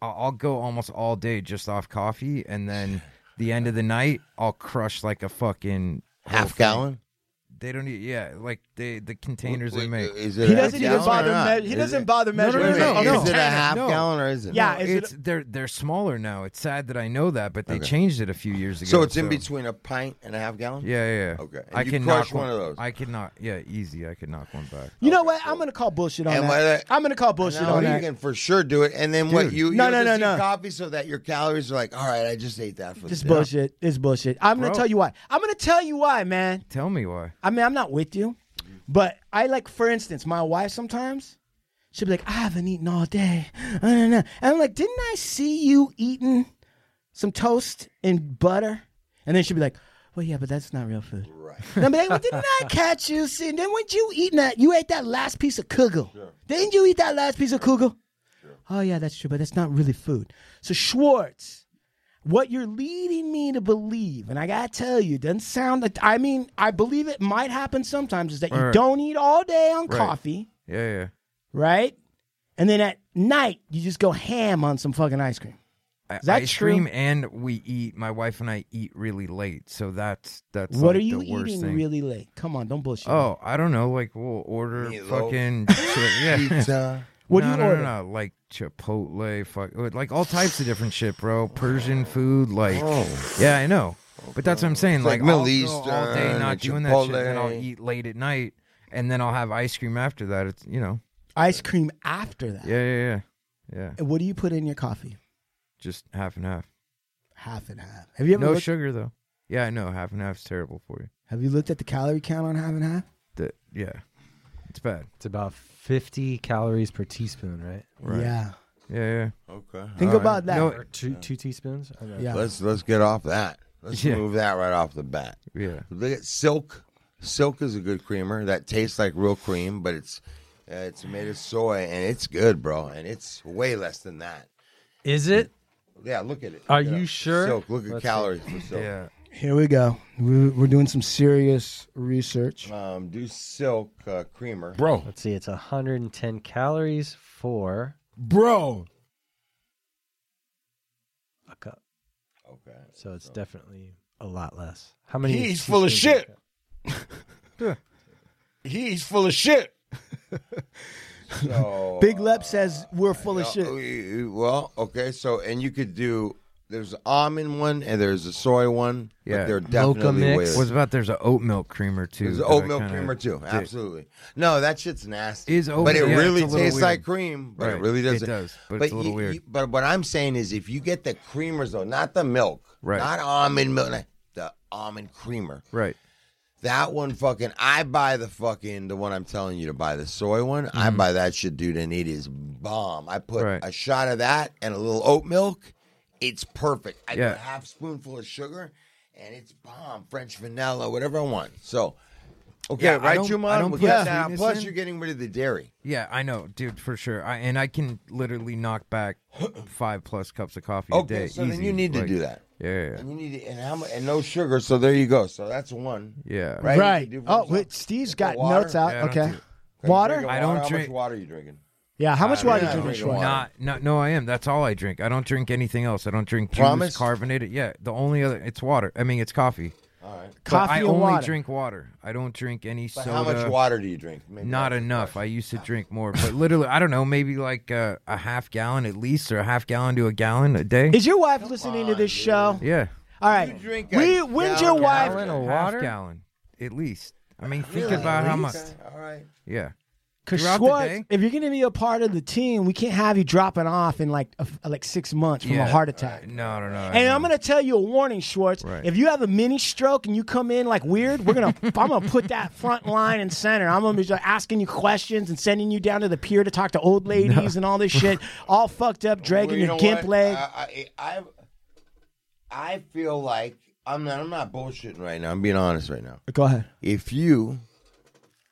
I'll, I'll go almost all day just off coffee, and then the end of the night, I'll crush like a fucking whole
Half
thing.
gallon.
They don't need, yeah, like they the containers they make.
Is it
He
a half
doesn't even
gallon or
bother.
not?
Me- he
Is
doesn't
it-
bother measuring.
no, no,
it.
no.
Is it a half
No.
gallon or is it?
Yeah,
not?
Uh, is it-
it's they're they're smaller now. It's sad that I know that, but they
Okay.
changed it a few years ago.
So it's in between a pint and a half gallon.
Yeah, yeah. yeah.
Okay. And
I
you
can
crush
knock one,
one of those.
I could knock. Yeah, easy. I could knock one back.
You know what? I'm gonna call bullshit on
And
that.
whether-
I'm gonna call bullshit
No,
on
you
that.
can for sure do it. And then what
Dude.
you
No,
you'll
no,
just
no,
eat
no.
coffee so that your calories are like, all right, I just ate that for
This
the
is
day."
bullshit. This is bullshit. I'm gonna
Bro.
tell you why. I'm gonna tell you why, man.
Tell me why.
I mean, I'm not with you, but I like, for instance, my wife sometimes. She'll be like, I haven't eaten all day. Uh, nah, nah. And I'm like, didn't I see you eating some toast and butter? And then she'll be like, well, yeah, but that's not real food. Right. And I'm like, well, didn't I catch you? See, then weren't you eating that? You ate that last piece of kugel. Didn't you eat that last piece of kugel? Oh, yeah, that's true, but that's not really food. So, Schwartz, what you're leading me to believe, and I gotta tell you, doesn't sound that I mean, I believe it might happen sometimes, is that you
Right.
don't eat all day on
Right.
coffee,
Yeah, yeah.
right? And then at night you just go ham on some fucking ice cream.
I-
that
ice cream
true?
and we eat. My wife and I eat really late, so that's that's.
what
like,
are you
the worst
eating
thing.
really late? Come on, don't bullshit. me.
Oh, I don't know. Like we'll order
Meatloaf.
fucking. chi- yeah.
Pizza.
what
no,
do you
no,
order?
No, no, like Chipotle, fuck, uh, like all types of different shit, bro. Persian food, like, yeah, I know, but that's what I'm saying.
Oh. like
Like,
Middle
I'll go all day
Eastern,
not doing that shit, and then I'll
Chipotle.
eat late at night, and then I'll have ice cream after that. It's you know,
Ice cream after that.
yeah, yeah, yeah, yeah,
And what do you put in your coffee?
just half and half.
Half and half. Have you ever
No
looked,
sugar though. Yeah, I know half and half is terrible for you.
have you looked at the calorie count on half and half?
That yeah, it's bad.
It's about 50 calories per teaspoon, right?
Right.
Yeah.
Yeah, yeah.
Okay.
Think
All right.
about that.
No,
Or two two teaspoons? I don't know.
yeah.
Let's let's get off that. Let's
Yeah.
move that right off the bat.
Yeah.
Look at Silk. Silk is a good creamer that tastes like real cream, but it's uh, it's made of soy and it's good, bro. And it's way less than that.
Is it?
Yeah, look at it.
Are
Look it
you
up.
sure?
Silk. Look at
Let's see.
calories for Silk.
Yeah.
Here we go. We're, we're doing some serious research.
Um, do Silk uh, creamer.
Bro,
Let's see. It's 110 calories for
bro.
a cup.
Okay.
So it's definitely a lot less. How many?
He's full of
teaspoons
shit. He's full of shit.
So
Big Lep says we're full of
uh,
shit.
we- Well, okay. So and you could do there's an almond one and there's a soy one.
Yeah,
but they're definitely with-
What about there's an oat milk creamer too?
There's
that
oat
I
milk
kinda
creamer too.
dig.
Absolutely. No, that shit's nasty.
Is oat
but it
milk- yeah,
really
it's a little
tastes like
weird.
cream. But it
Right.
really
It
doesn't.
does, but it's a little
you-
weird.
you- but what I'm saying is, if you get the creamers though, not the milk,
Right.
Not almond milk, not the almond creamer,
right?
That one fucking. I buy the fucking the one I'm telling you to buy the soy one. I buy that shit, dude, and it is bomb. I put
Mm-hmm. Right.
a shot of that and a little oat milk. It's perfect. I
Yeah.
put a half spoonful of sugar, and it's bomb. French vanilla, whatever I want. So, okay,
Yeah, I
right,
don't-
you
I
mom.
don't
We'll
put
get that out.
sweetness
Plus,
in.
you're getting rid of the dairy.
Yeah, I know, dude, for sure. I, and I can literally knock back five plus cups of coffee
Okay,
a day.
so then
easy,
you need to
like-
do that.
Yeah, yeah, yeah.
And you need to, and how mu- and no sugar. So there you go. So that's one.
Yeah.
Right.
Right.
You can do
Oh,
one.
wait, Steve's
Drink
got
the water.
notes out.
Yeah, I don't
okay.
do-
Water?
Drink the
I don't
water. How
drink-
much water are you drinking?
Yeah. How much
I
water
don't
you
know.
drink?
drink water.
Not, not, no, I am. That's all I drink. I don't drink anything else. I don't drink juice,
Promise?
carbonated. Yeah, the only other, it's water. I mean, it's coffee.
All right.
But
Coffee
I
and
only
water.
drink water. I don't drink any
But
soda.
how much water do you drink? Maybe
Not
that's-
enough. I used to drink more, but literally, I don't know, maybe like uh, a half gallon at least, or a half gallon to a gallon a day.
Is your wife listening to this show?
yeah,
All right.
You drink a
We when's your
gallon
wife?
of
half
water?
gallon at least. I mean, think
Oh, Really?
about how much.
Okay, All right.
Yeah,
Because
Throughout the
Schwartz,
day?
if you're going to be a part of the team, we can't have you dropping off in like a, like six months from
Yeah. Uh,
a heart attack.
no, no, no. I
And
know.
I'm gonna tell you a warning, Schwartz.
Right.
If you have a mini stroke and you come in like weird, we're gonna I'm gonna put that front line and center. I'm gonna be like, asking you questions and sending you down to the pier to talk to old ladies and all this shit, all fucked up, dragging
Well, you
your
know
gimp
what?
leg.
I, I, I, I feel like I'm not. I'm not bullshitting right now. I'm being honest right now.
Go ahead.
If you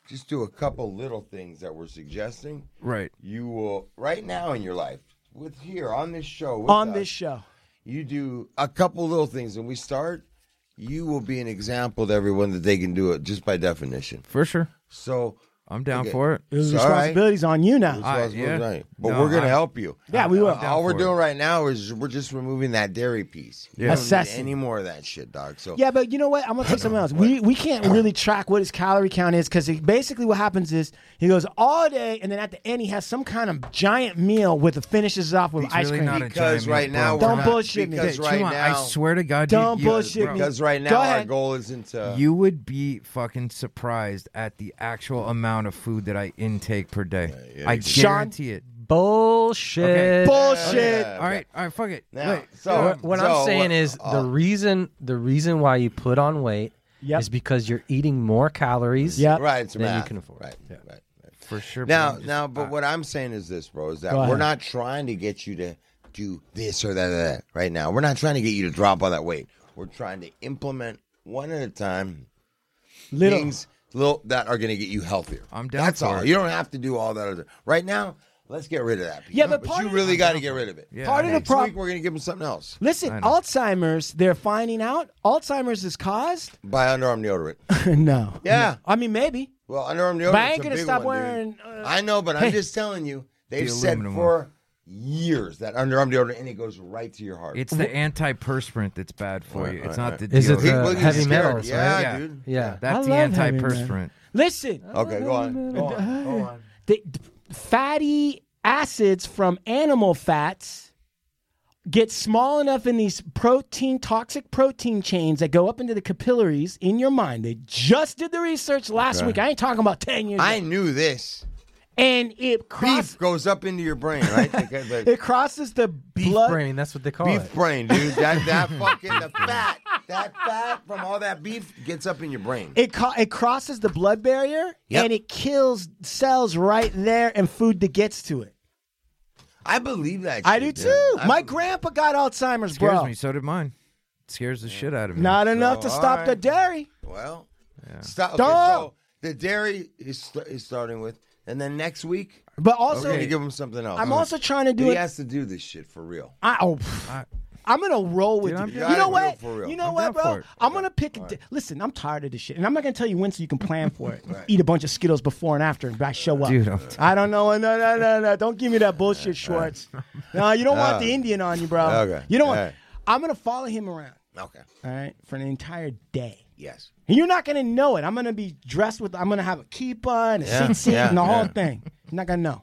just do a couple little things that we're suggesting,
right.
you will right now in your life with here on this show with
On
us,
this show,
you do a couple little things and we start you will be an example to everyone that they can do it just by definition
For sure.
so
I'm down
Okay.
for it.
This
It's all right.
responsibility's on you now.
I-
that's what's
yeah.
right. but
No,
we're gonna
I-
help you
yeah, we will.
I'm down
all we're
for
doing
it.
right now is we're just removing that dairy piece You
Yeah.
don't need
Assessing.
any more of that shit dog so
Yeah, but you know what? I'm gonna tell you something else. We we can't really track what his calorie count is because basically what happens is he goes all day and then at the end he has some kind of giant meal with the finishes off with
It's
ice
really
cream.
not a
because
giant meal,
right
bro.
now we're
Don't
not-
bullshit me.
because
Hey,
right
Chuma,
now
I swear to God,
Don't
dude, you-
bullshit
bro,
me.
because uh, right
Go
now our
ahead.
goal isn't to
You would be fucking surprised at the actual amount of food that I intake per day. I
Sean-
guarantee it.
Bullshit.
Okay.
Bullshit.
Yeah,
All right, all right, fuck it.
Now,
Wait,
so-
um,
What
So,
I'm saying
what-
is
uh,
the reason the reason why you put on weight
Yep.
is because you're eating more calories.
Yep.
right it's
Then you
math.
can afford it.
right right
for sure. bro,
Now,
I'm just-
now, but what I'm saying is this, bro, is that
Go
we're
ahead.
not trying to get you to do this or that or that right now. We're not trying to get you to drop all that weight. We're trying to implement one at a time
Little
things little that are going to get you healthier.
I'm down
That's
for
all.
it.
You don't have to do all that other. Right now, let's get rid of that.
Yeah, but part
you
of-
really got to get rid of it.
Yeah,
part
I
of the
know.
Next week
problem.
we're going to give them something else.
Listen,
I know.
Alzheimer's. They're finding out Alzheimer's is caused.
Buy underarm deodorant.
no.
Yeah.
I mean, maybe.
Well, underarm deodorant.
But I ain't
going
gonna
to
stop
one, dude.
wearing. Uh,
I know, but I'm just telling you, they've
The
said
aluminum
for years that underarm deodorant and it goes right to your heart.
it's the antiperspirant that's bad for you. It's not the
Is it
deodorant.
the
People get
heavy
scared.
metals,
Yeah,
right?
Yeah.
dude.
Yeah.
That's the
I love heavy metal.
antiperspirant.
listen,
Okay, go on. Go on. Go on.
the fatty acids from animal fats get small enough in these protein toxic protein chains that go up into the capillaries in your mind. They just did the research last week. I ain't talking about ten years.
I
ago.
knew this.
and it
Beef
crosses
goes up into your brain, right? Okay, but
it crosses the
Beef
blood.
brain, that's what they call it.
beef brain, dude. That that fucking the fat, that fat from all that beef gets up in your brain.
It co- it crosses the blood barrier
Yep.
and it kills cells right there and food that gets to it.
I believe that. Shit,
I do
dude.
too.
I
My
be-
grandpa got Alzheimer's,
Scares
bro.
me. So did mine. It scares the shit out of me.
Not enough to
all
stop the
right.
dairy.
Well, stop. Okay,
Dog.
so the dairy is st- is starting with, and then next week
But
we're
also,
gonna give him something else.
I'm also trying to do
He
it.
has to do this shit for real.
I, oh, pff. I'm gonna roll with
Dude, I'm
you.
down
You know
for real,
what?
for real.
You know
I'm
what,
down
bro?
for it.
I'm gonna pick. a di- Listen, I'm tired of this shit, and I'm not gonna tell you when so you can plan for it. Eat a bunch of Skittles before and after, and back show up.
Dude, I'm tired.
I don't know. No, no, no, no. Don't give me that bullshit, Schwartz. No, you don't want
Uh,
the Indian on you, bro.
okay.
You don't.
All
Want,
right.
I'm gonna follow him around.
Okay.
All right, for an entire day.
Yes.
And you're not gonna know it. I'm gonna be dressed with. I'm gonna have a keeper and a
Yeah,
seat seat
yeah,
and the whole
yeah.
thing. You're not gonna know.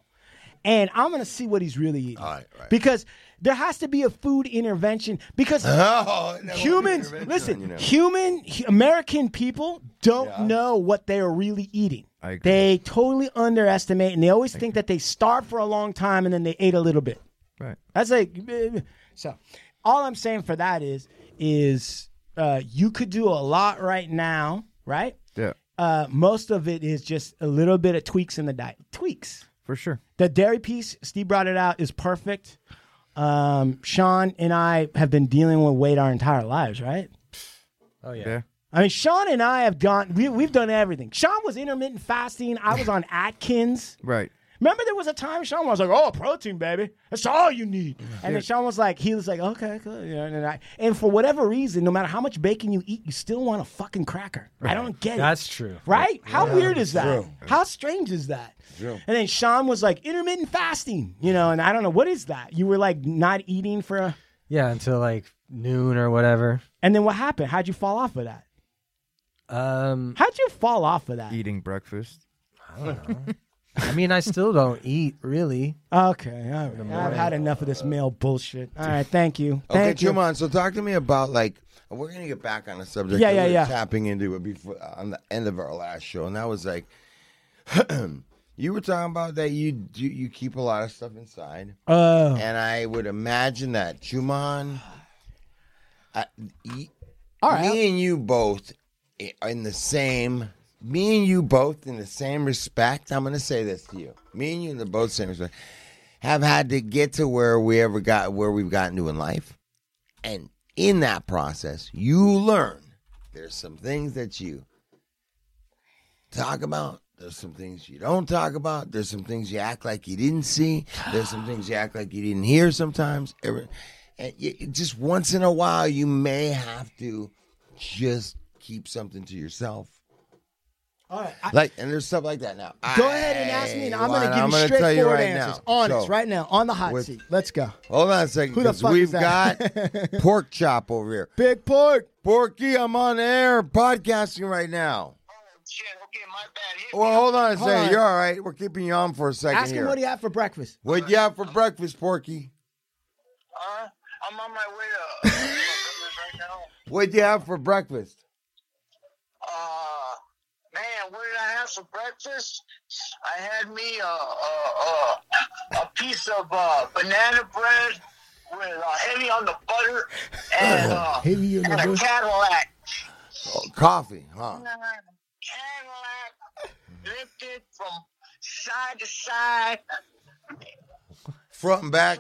and I'm gonna see what he's really eating. Because there has to be a food intervention because
Oh, no,
humans,
intervention,
listen,
you know.
human hu- American people don't know what they are really eating. They totally underestimate, and they always think that they starved for a long time and then they ate a little bit.
Right.
That's like eh, so. All I'm saying for that is is uh, you could do a lot right now, right?
Yeah.
Uh, most of it is just a little bit of tweaks in the diet. Tweaks
for sure.
The dairy piece, Steve brought it out, is perfect. Um, Sean and I have been dealing with weight our entire lives, right?
Oh yeah.
I mean, Sean and I have gone. We, we've done everything. Sean was intermittent fasting. I was on Atkins.
Right.
Remember, there was a time Sean was like, "Oh, protein, baby, that's all you need." And then Sean was like, "He was like, okay, cool." You know, and, I, and for whatever reason, no matter how much bacon you eat, you still want a fucking cracker. I don't get
That's
it.
true.
Right? How
Yeah.
weird is that?
True.
How strange is that?
True.
And then Sean was like intermittent fasting, you know, and I don't know what is that. You were like not eating for, a,
Yeah, until like noon or whatever.
and then what happened? How'd you fall off of that?
Um,
How'd you fall off of that?
Eating breakfast.
I don't know. I mean, I still don't eat really.
Okay, all right. I've
morning.
had enough of this male bullshit. All right, thank you.
Okay,
Thank you.
come on. So talk to me about like we're gonna get back on the subject.
Yeah,
that
yeah,
we were
yeah.
Tapping into it before on the end of our last show, and that was like, you were talking about that you do you keep a lot of stuff inside.
Oh.
and I would imagine that Juman, I, y- me and you both i- in the same. Me and you both in the same respect. I'm gonna say this to you. Me and you in the both same respect have had to get to where we ever got where we've gotten to in life. And in that process, you learn there's some things that you talk about. There's some things you don't talk about. There's some things you act like you didn't see. There's some things you act like you didn't hear sometimes. Every- And you, you just once in a while, you may have to just keep something to yourself.
All right.
like, and there's stuff like that now.
Go ahead and ask me, and I'm going
I-
to give
I'm
you
gonna tell
straightforward
you right
answers.
now.
Honest,
So-
right now, on the hot
With-
seat. Let's go.
Hold on a second,
Who the
'cause
fuck
we've
is that?
got pork chop over here.
Big pork,
Porky, I'm on air podcasting right now.
Oh,
Well, hold on a
Hold
second.
on.
You're all right. We're keeping you on for a second.
Ask him
here.
what he had for breakfast.
What you have for breakfast, Porky? Uh, I'm on my way to. what you have for breakfast?
Man, what did I have for breakfast? I had me a a, a, a piece of uh, banana bread with uh, heavy on the butter and, uh,
Heavy on the
and a
butter.
Cadillac.
Oh, coffee, huh?
Cadillac lifted from side to side.
Front and back.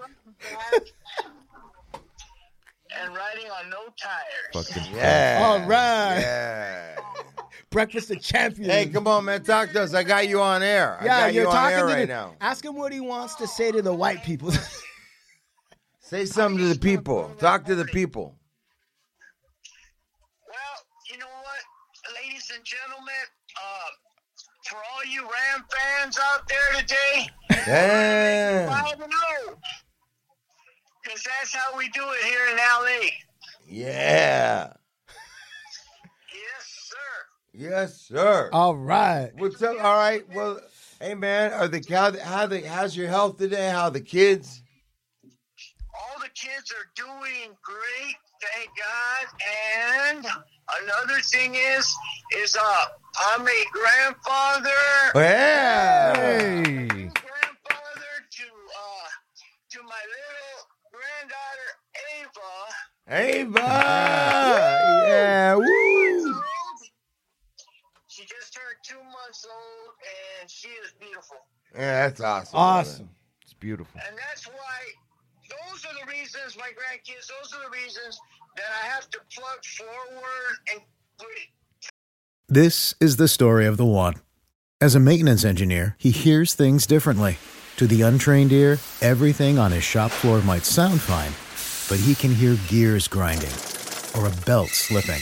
And riding on no tires.
Yeah.
All right.
Yeah.
Breakfast of champions.
Hey, come on, man. Talk to us. I got you on air. I
Yeah,
got
you're
you on
talking
air
to
right
the,
now.
Ask him what he wants to say to the white people.
Say something to the people. Talk to the people.
You know what, ladies and gentlemen, uh, for all you Ram fans out there today,
Yeah.
five and zero, because that's how we do it here in LA.
Yeah. Yes, sir.
All right.
What's up? All right. Well, hey, man. Are the how the, how the how's your health today? How the kids?
All the kids are doing great, thank God. And another thing is, is uh, I'm a grandfather.
Yeah.
Hey.
Mm.
uh,
Hey, bud. Yeah. Woo.
She just turned two months old, and she is beautiful.
Yeah, that's awesome.
Awesome.
It's beautiful.
And that's why those are the reasons, my grandkids, those are the reasons that I have to plug forward and
This is the story of the one. As a maintenance engineer, he hears things differently. To the untrained ear, everything on his shop floor might sound fine, but he can hear gears grinding or a belt slipping.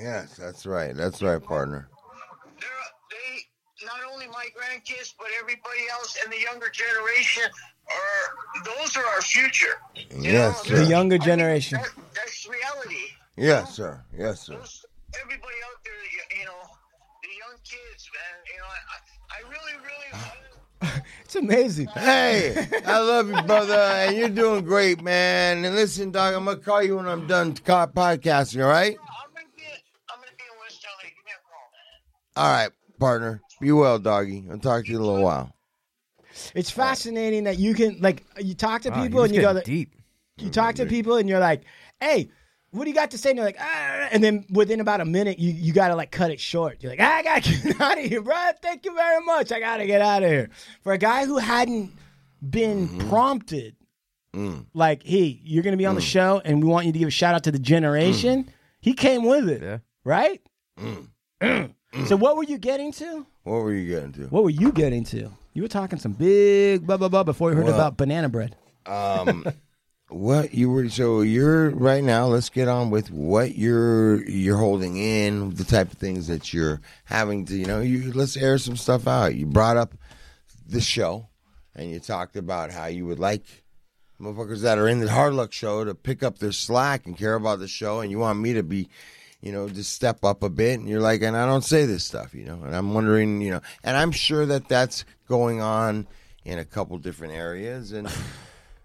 Yes, that's right. That's right, partner.
Not only my grandkids, but everybody else in the younger generation are. Those are our future.
Yes, sir.
The younger generation.
That's reality.
Yes, sir. Yes, sir.
Everybody out there, you, you know, the young kids, man. You know, I, I really, really.
Ah. It's amazing.
Hey, I love you, brother, and you're doing great, man. And listen, dog, I'm gonna call you when I'm done co- podcasting. All right? All right, partner. Be well, doggy. I'll talk to you in a little while.
It's fascinating that you can like you talk to
Wow, he
people
was
and you go
getting
deep.
You talk to people and you're like, "Hey, what do you got to say?" And they're like, ah, and then within about a minute, you you gotta like cut it short. You're like, "Ah, "I gotta get out of here, bro. Thank you very much. I gotta get out of here." For a guy who hadn't been prompted, like, "Hey, you're gonna be on the show, and we want you to give a shout out to the generation," he came with it, right? So, what were you getting to?
What were you getting to?
What were you getting to? You were talking some big blah blah blah before you heard
Well,
about banana bread.
Um, what you were so you're right now. Let's get on with what you're you're holding in the type of things that you're having to. You know, you let's air some stuff out. You brought up the show, and you talked about how you would like motherfuckers that are in the hard luck show to pick up their slack and care about the show, and you want me to be. You know, just step up a bit, and you're like, and I don't say this stuff, you know. And I'm wondering, you know, and I'm sure that that's going on in a couple different areas, and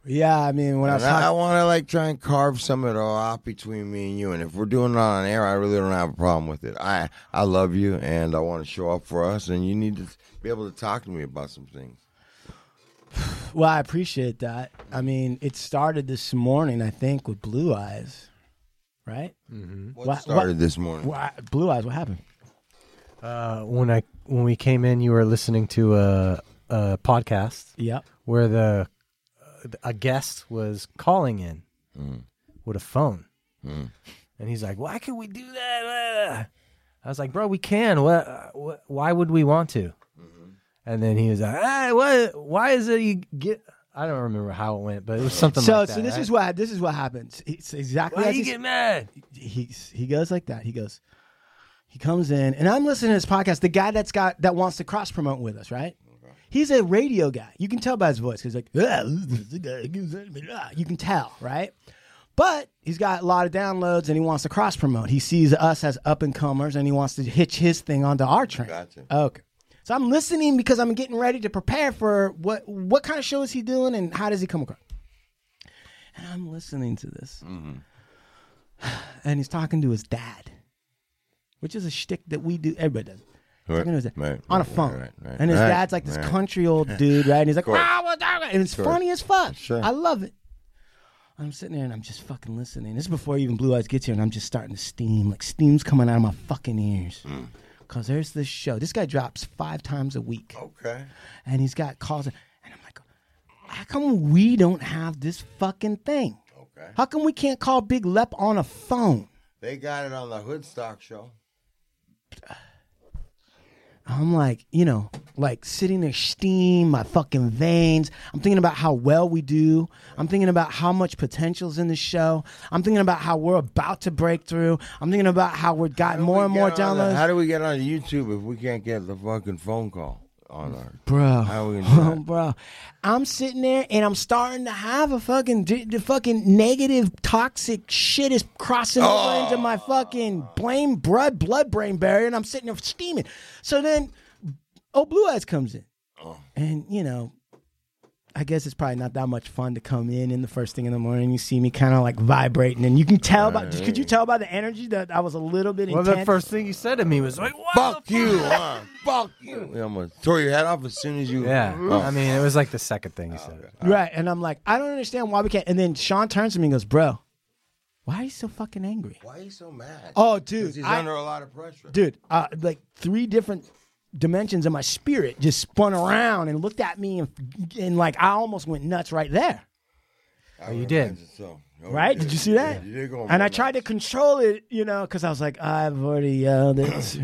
Yeah, I mean when I was
and I,
talking,
want to like try and carve some of it all out between me and you. And if we're doing it on air, I really don't have a problem with it. I I love you, and I want to show up for us. And you need to be able to talk to me about some things.
well, I appreciate that. I mean, it started this morning, I think, with Blue Eyes, right? Mm-hmm.
What started this morning?
Blue Eyes, what happened?
Uh, when I when we came in, you were listening to a, a podcast.
Yep.
Where the a guest was calling in with a phone, and he's like, "Why can we do that?" I was like, "Bro, we can. What? what why would we want to?" And then he was like, "Hey, what? Why is it you get?" I don't remember how it went, but it was something
so,
like that.
so this
right?
is what this is what happens. It's exactly
Why
as
you
he's-
get mad?
He he goes like that. He goes, he comes in, and I'm listening to his podcast. The guy that's got that wants to cross promote with us, right? He's a radio guy. You can tell by his voice. 'cause He's like, "Ah, this is the guy that gives that to me, ah." you can tell, right? But he's got a lot of downloads, and he wants to cross promote. He sees us as up and comers, and he wants to hitch his thing onto our train.
Gotcha.
Okay. So I'm listening because I'm getting ready to prepare for what what kind of show is he doing and how does he come across. And I'm listening to this. And he's talking to his dad, which is a shtick that we do. Everybody does. He's talking to his dad
Right,
on a
right,
phone.
right, right,
and his
right,
dad's like this
right.
country old dude, right? And he's like,
Course.
"Ah, what's that?" and it's
Course.
funny as fuck.
Sure.
I love it. I'm sitting there and I'm just fucking listening. This is before even Blue Eyes gets here, and I'm just starting to steam. Like steam's coming out of my fucking ears.
Mm.
Cause there's this show. This guy drops five times a week.
Okay.
And he's got calls. And I'm like, how come we don't have this fucking thing? Okay. How come we can't call Big Lep on a phone?
They got it on the Hoodstock show.
I'm like, you know, like sitting there, steam, my fucking veins. I'm thinking about how well we do. I'm thinking about how much potential's in the show. I'm thinking about how we're about to break through. I'm thinking about how we've got more and more
Get on the-
downloads.
how do we get on YouTube if we can't get the fucking phone call on our
Bro.
How we gonna do that?
bro. I'm sitting there and I'm starting to have a fucking d- the fucking negative toxic shit is crossing
Oh.
over into my fucking brain blood blood brain barrier and I'm sitting there steaming. So then oh blue eyes comes in.
Oh.
And you know, I guess it's probably not that much fun to come in in the first thing in the morning. You see me kind of like vibrating, and you can tell by could you tell by the energy that I was a little bit
Well,
intense.
the first thing you said to me was like, "What
Fuck
the
you,
fuck?"
huh? Fuck you. Yeah, I'm gonna throw your head off as soon as you.
Yeah,
Oh.
I mean, it was like the second thing you said.
Right. And I'm like, I don't understand why we can't. And then Sean turns to me and goes, Bro, Why are you so fucking angry?
Why are you so mad?
Oh, dude,
'Cause he's
I-
under a lot of pressure.
Dude, uh, like three different dimensions of my spirit just spun around and looked at me and, and like I almost went nuts right there.
I
you
would
did.
imagine So. I would
right?
do.
Did you see that?
Yeah, you Oh, did go
and I
nuts.
tried to control it, you know, because I was like, I've already yelled it.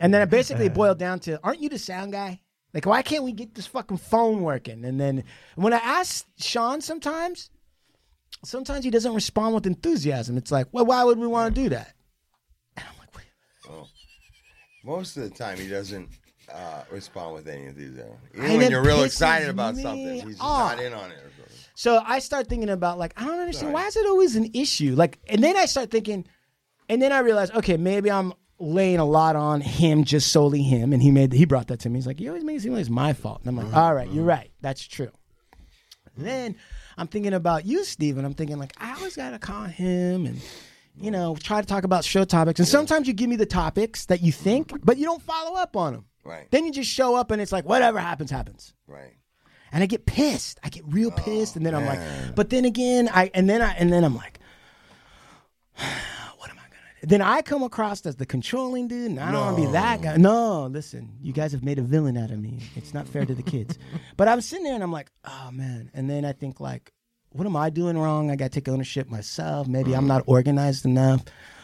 and then it basically boiled down to, aren't you the sound guy? Like, why can't we get this fucking phone working? And then when I ask Sean sometimes, sometimes he doesn't respond with enthusiasm. It's like, well, why would we want to do that?
Oh. Most of the time, he doesn't uh, respond with any enthusiasm.
And
Even when
it
you're real
pisses
excited about
me
something, he's just
off.
not in on it. or something.
So I start thinking about like I don't understand why is it always an issue? Like and then I start thinking and then I realize okay, maybe I'm laying a lot on him just solely him and he made he brought that to me. He's like, "You always make it seem like it's my fault." And I'm like, "All right, you're right. That's true." And then I'm thinking about you, Steve, and I'm thinking like I always got to call him and you know, try to talk about show topics. And sometimes you give me the topics that you think, but you don't follow up on them.
Right.
Then you just show up and it's like whatever happens happens.
Right.
and I get pissed. I get real pissed, and then I'm like, but then again, I and then I and then I'm like, what am I gonna do? Then I come across as the controlling dude, and I don't want to be that guy. No, listen, you guys have made a villain out of me. It's not fair to the kids. But I'm sitting there and I'm like, oh man. And then I think like, what am I doing wrong? I got to take ownership myself. Maybe I'm not organized enough.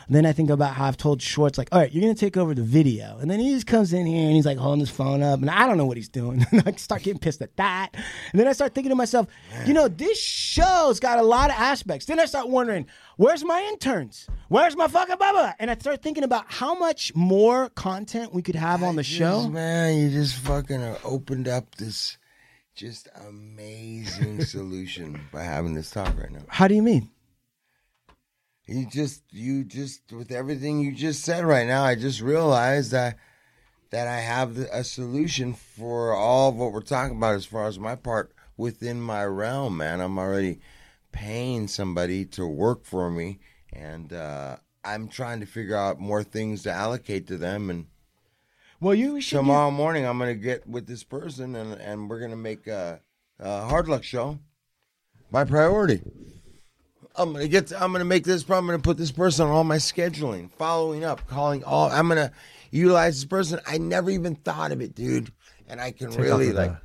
Then I think about how I've told Schwartz, like, all right, you're gonna take over the video, and then he just comes in here and he's like holding his phone up, and I don't know what he's doing. and I start getting pissed at that, and then I start thinking to myself, you know, this show's got a lot of aspects. Then I start wondering, where's my interns? Where's my fucking blah blah? blah? And I start thinking about how much more content we could have on the
Just,
show.
man, you just fucking uh, opened up this just amazing solution by having this talk right now.
How do you mean?
You just, you just, with everything you just said right now, I just realized that that I have the, a solution for all of what we're talking about as far as my part within my realm, man. I'm already paying somebody to work for me, and uh, I'm trying to figure out more things to allocate to them. And
well, you
should tomorrow morning I'm gonna get with this person, and and we're gonna make a, a hard luck show. My priority. I'm gonna get. To, I'm gonna make this. I'm gonna put this person on all my scheduling, following up, calling all. I'm gonna utilize this person. I never even thought of it, dude. And I can
Take off
really
the-
like.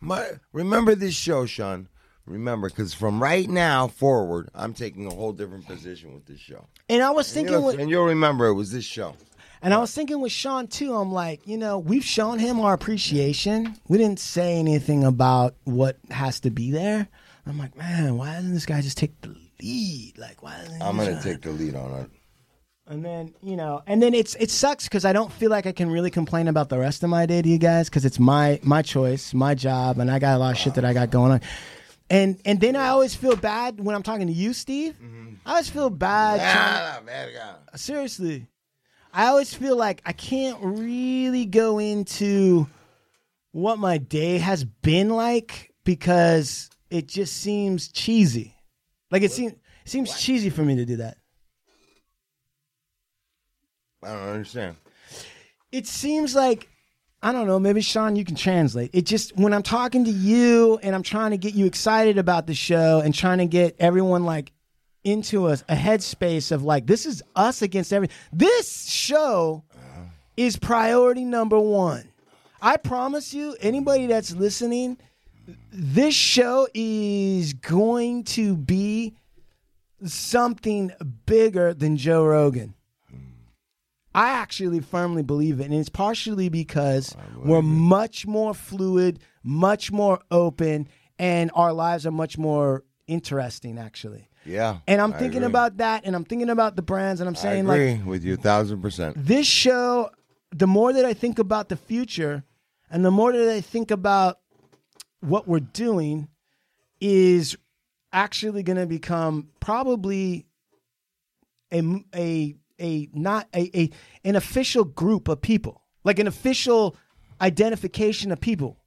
My remember this show, Sean. Remember, because from right now forward, I'm taking a whole different position with this show.
And I was
And
thinking,
you'll-
what,
and you'll remember it was this show.
And I was thinking with Sean too, I'm like, you know, we've shown him our appreciation. We didn't say anything about what has to be there. I'm like, man, why doesn't this guy just take the lead? Like, why doesn't he
I'm
just-
gonna take the lead on it.
And then, you know, and then it's it sucks because I don't feel like I can really complain about the rest of my day to you guys because it's my my choice, my job, and I got a lot of shit that I got going on. And and then I always feel bad when I'm talking to you, Steve. I always feel bad. trying to-
Ah, man, yeah.
Seriously. I always feel like I can't really go into what my day has been like because it just seems cheesy. Like it seems seems cheesy for me to do that.
I don't understand.
It seems like I don't know, maybe Sean you can translate. It just when I'm talking to you and I'm trying to get you excited about the show and trying to get everyone like into a, a headspace of like this is us against every this show is priority number one. I promise you, anybody that's listening, this show is going to be something bigger than Joe Rogan. I actually firmly believe it, and it's partially because we're much more fluid, much more open, and our lives are much more interesting, actually.
Yeah.
And I'm
I
thinking
agree.
about that, and I'm thinking about the brands, and I'm
I
saying,
agree
like,
with you a thousand percent.
this show, the more that I think about the future and the more that I think about what we're doing, is actually going to become probably a, m- a, a not a, a an official group of people, like an official identification of people.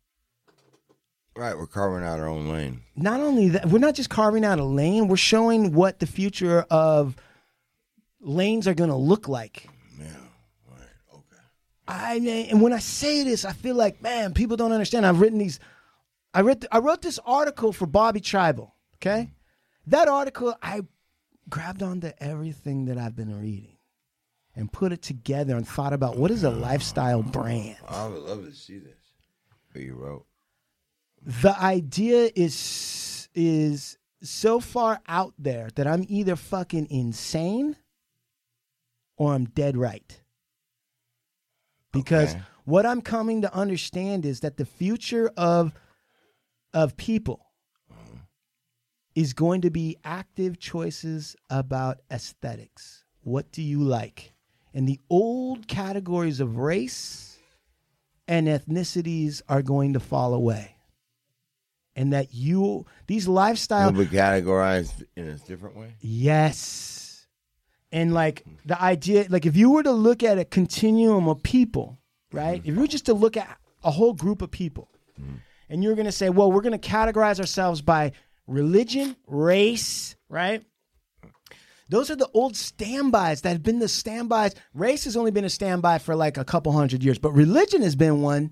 Right, we're carving out our own lane.
Not only that, we're not just carving out a lane, we're showing what the future of lanes are going to look like. I mean, and when I say this, I feel like man, people don't understand. I've written these. I read. I wrote this article for Bobby Tribal. Okay, that article I grabbed onto everything that I've been reading and put it together and thought about what is a lifestyle brand.
I would love to see this. What you wrote.
The idea is is so far out there that I'm either fucking insane or I'm dead right. Because
Okay.
what I'm coming to understand is that the future of of people is going to be active choices about aesthetics. What do you like? And the old categories of race and ethnicities are going to fall away. And that you these lifestyle
It'll be categorized in a different way.
Yes. And like the idea, like if you were to look at a continuum of people, right? If you were just to look at a whole group of people and you're going to say, well, we're going to categorize ourselves by religion, race, right? Those are the old standbys that have been the standbys. Race has only been a standby for like a couple hundred years, but religion has been one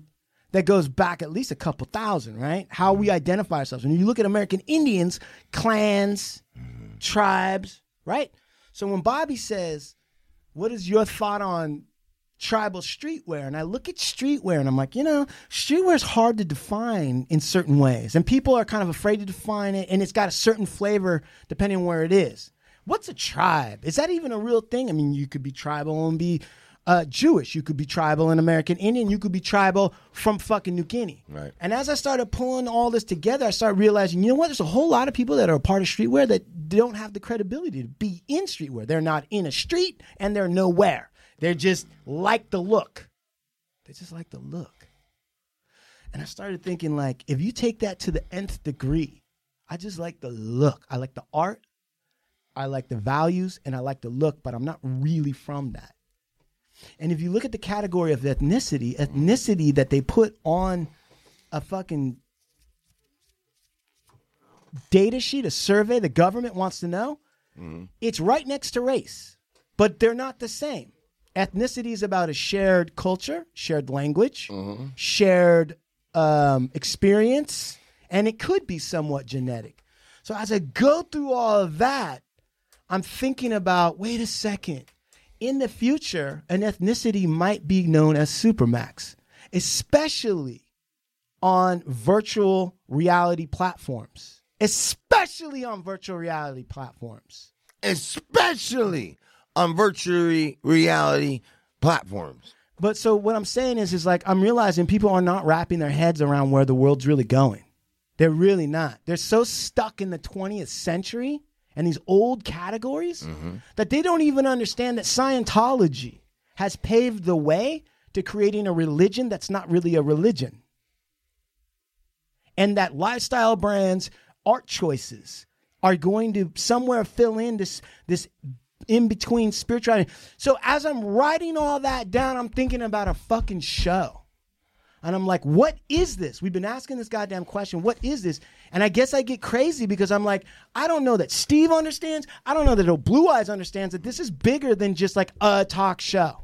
that goes back at least a couple thousand, right? How we identify ourselves. When you look at American Indians, clans, tribes, right? So when Bobby says, What is your thought on tribal streetwear? And I look at streetwear and I'm like, You know, streetwear is hard to define in certain ways. And people are kind of afraid to define it. And it's got a certain flavor depending on where it is. What's a tribe? Is that even a real thing? I mean, you could be tribal and be. Uh, Jewish, you could be tribal and American Indian, you could be tribal from fucking New Guinea.
Right.
And as I started pulling all this together, I started realizing, you know what? There's a whole lot of people that are a part of streetwear that don't have the credibility to be in streetwear. They're not in a street and they're nowhere. They're just like the look. They just like the look. And I started thinking, like, if you take that to the nth degree, I just like the look. I like the art. I like the values and I like the look, but I'm not really from that. And if you look at the category of ethnicity, ethnicity that they put on a fucking data sheet, a survey the government wants to know, it's right next to race, but they're not the same. Ethnicity is about a shared culture, shared language, shared um, experience, and it could be somewhat genetic. So as I go through all of that, I'm thinking about wait a second. In the future, an ethnicity might be known as supermax, especially on virtual reality platforms. Especially on virtual reality platforms.
Especially on virtual reality platforms.
But so what I'm saying is, is like I'm realizing people are not wrapping their heads around where the world's really going. They're really not. They're so stuck in the 20th century and these old categories that they don't even understand that Scientology has paved the way to creating a religion that's not really a religion. And that lifestyle brands, art choices are going to somewhere fill in this this in between spirituality. So as I'm writing all that down, I'm thinking about a fucking show. And I'm like, what is this? We've been asking this goddamn question. What is this? And I guess I get crazy because I'm like, I don't know that Steve understands. I don't know that old Blue Eyes understands that this is bigger than just like a talk show.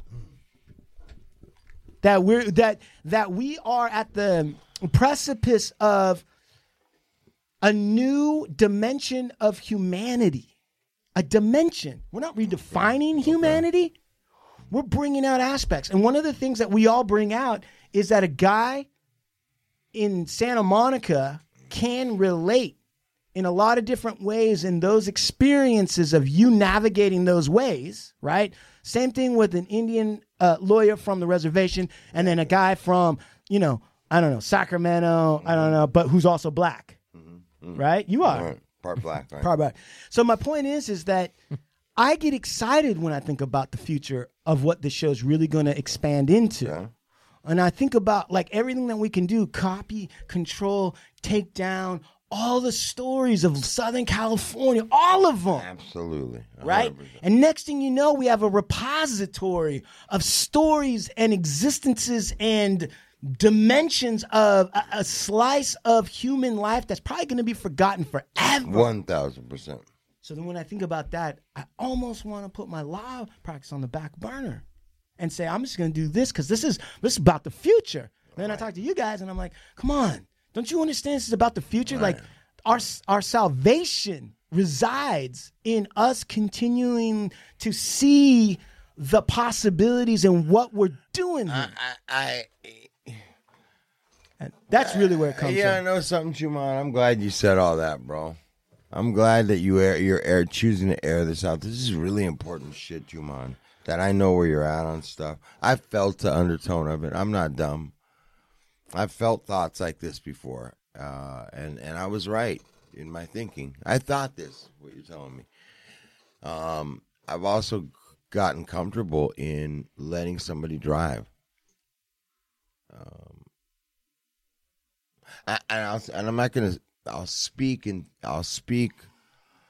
That we're that that we are at the precipice of a new dimension of humanity. A dimension. We're not redefining humanity. We're bringing out aspects. And one of the things that we all bring out is that a guy in Santa Monica can relate in a lot of different ways in those experiences of you navigating those ways, right? Same thing with an Indian uh, lawyer from the reservation and then a guy from, you know, I don't know, Sacramento, I don't know, but who's also black, right? You are.
Right. Part black, right?
Probably. So my point is, is that I get excited when I think about the future of what the show's really going to expand into. And I think about like everything that we can do: copy, control, take down, all the stories of Southern California, all of them
Absolutely.
right? And next thing you know, we have a repository of stories and existences and dimensions of a, a slice of human life that's probably going to be forgotten forever.
1000%.
So then when I think about that, I almost want to put my law practice on the back burner and say, I'm just going to do this because this is, this is about the future. Then I talk to you guys and I'm like, come on, don't you understand this is about the future? Like our, our salvation resides in us continuing to see the possibilities and what we're doing here.
I,
And that's really where it comes
yeah, I
from.
know something, Juman. I'm glad you said all that, bro. I'm glad that you air, you're air, choosing to air this out. This is really important shit, Juman. That I know where you're at on stuff. I felt the undertone of it. I'm not dumb. I've felt thoughts like this before, uh, and and I was right in my thinking. I thought this. What you're telling me. Um, I've also gotten comfortable in letting somebody drive. Um, I, and, I'll, and I'm not gonna. I'll speak and I'll speak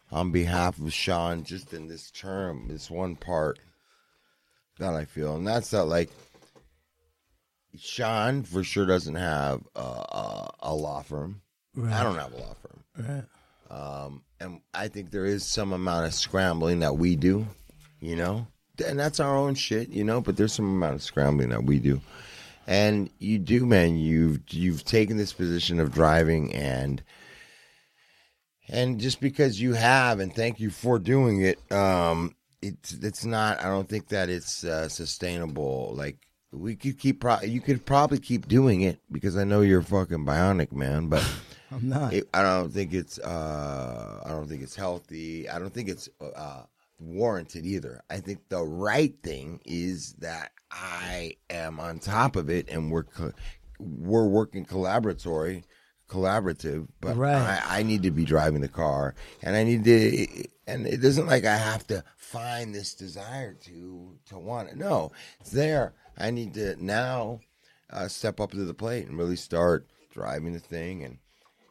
on behalf of Sean just in this term, this one part that I feel, and that's that like Sean for sure doesn't have a, a, a law firm. I
Right.
don't have a law firm. Um, and I think there is some amount of scrambling that we do, you know, and that's our own shit, you know. But there's some amount of scrambling that we do, and you do, man. You've you've taken this position of driving, and and just because you have, and thank you for doing it. Um, it's it's not. I don't think that it's uh, sustainable. Like we could keep. Pro- you could probably keep doing it because I know you're fucking bionic, man. But
I'm not.
it- I don't think it's. Uh, I don't think it's healthy. I don't think it's uh, warranted either. I think the right thing is that I am on top of it, and we're co- we're working collaboratory, collaborative. But
Right.
I, I need to be driving the car, and I need to. And it isn't like I have to find this desire to to want it. No, it's there. I need to now uh, step up to the plate and really start driving the thing and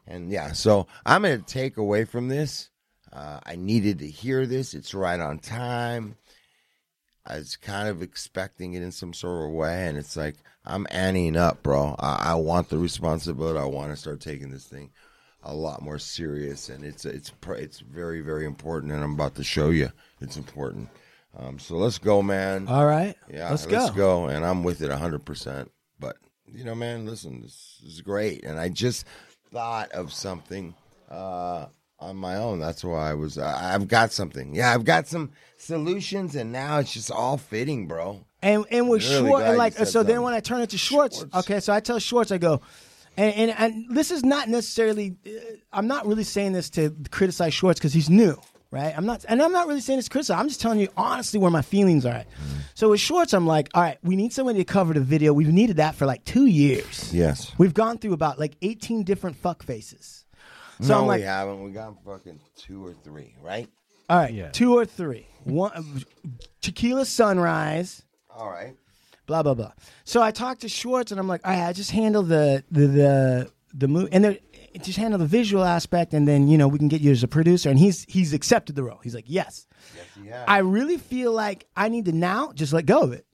and yeah, so I'm going to take away from this. Uh, I needed to hear this. It's right on time. I was kind of expecting it in some sort of way, and it's like I'm anteing up, bro. I, I want the responsibility. I want to start taking this thing a lot more serious, and it's it's pr- it's very very important. And I'm about to show you it's important. Um, so let's go, man.
All right.
yeah,
Let's
let's
go.
go. And I'm with it 100. percent But you know, man, listen, this is great. And I just thought of something uh, on my own. That's why I was. I, I've got something. Yeah, I've got some solutions, and now it's just all fitting, bro.
And and we're
I'm really
short
glad
and
you
like uh, so
said
then
something.
when I turn it to Schwartz, okay, so I tell Schwartz I go and, and and this is not necessarily uh, I'm not really saying this to criticize Schwartz cuz he's new, right? I'm not and I'm not really saying this to criticize. I'm just telling you honestly where my feelings are at.
Mm-hmm.
So with Schwartz I'm like, all right, we need somebody to cover the video. We've needed that for like 2 years.
Yes.
We've gone through about like 18 different fuck faces. So
no,
I'm like
we haven't. We got fucking two or three, right?
all right, two or three. One, uh, tequila sunrise.
All right.
Blah blah blah. So I talked to Schwartz, and I'm like, all right, I just handle the the the the movie, and there- just handle the visual aspect, and then you know we can get you as a producer. And he's he's accepted the role. He's like, yes. I really feel like I need to now just let go of it.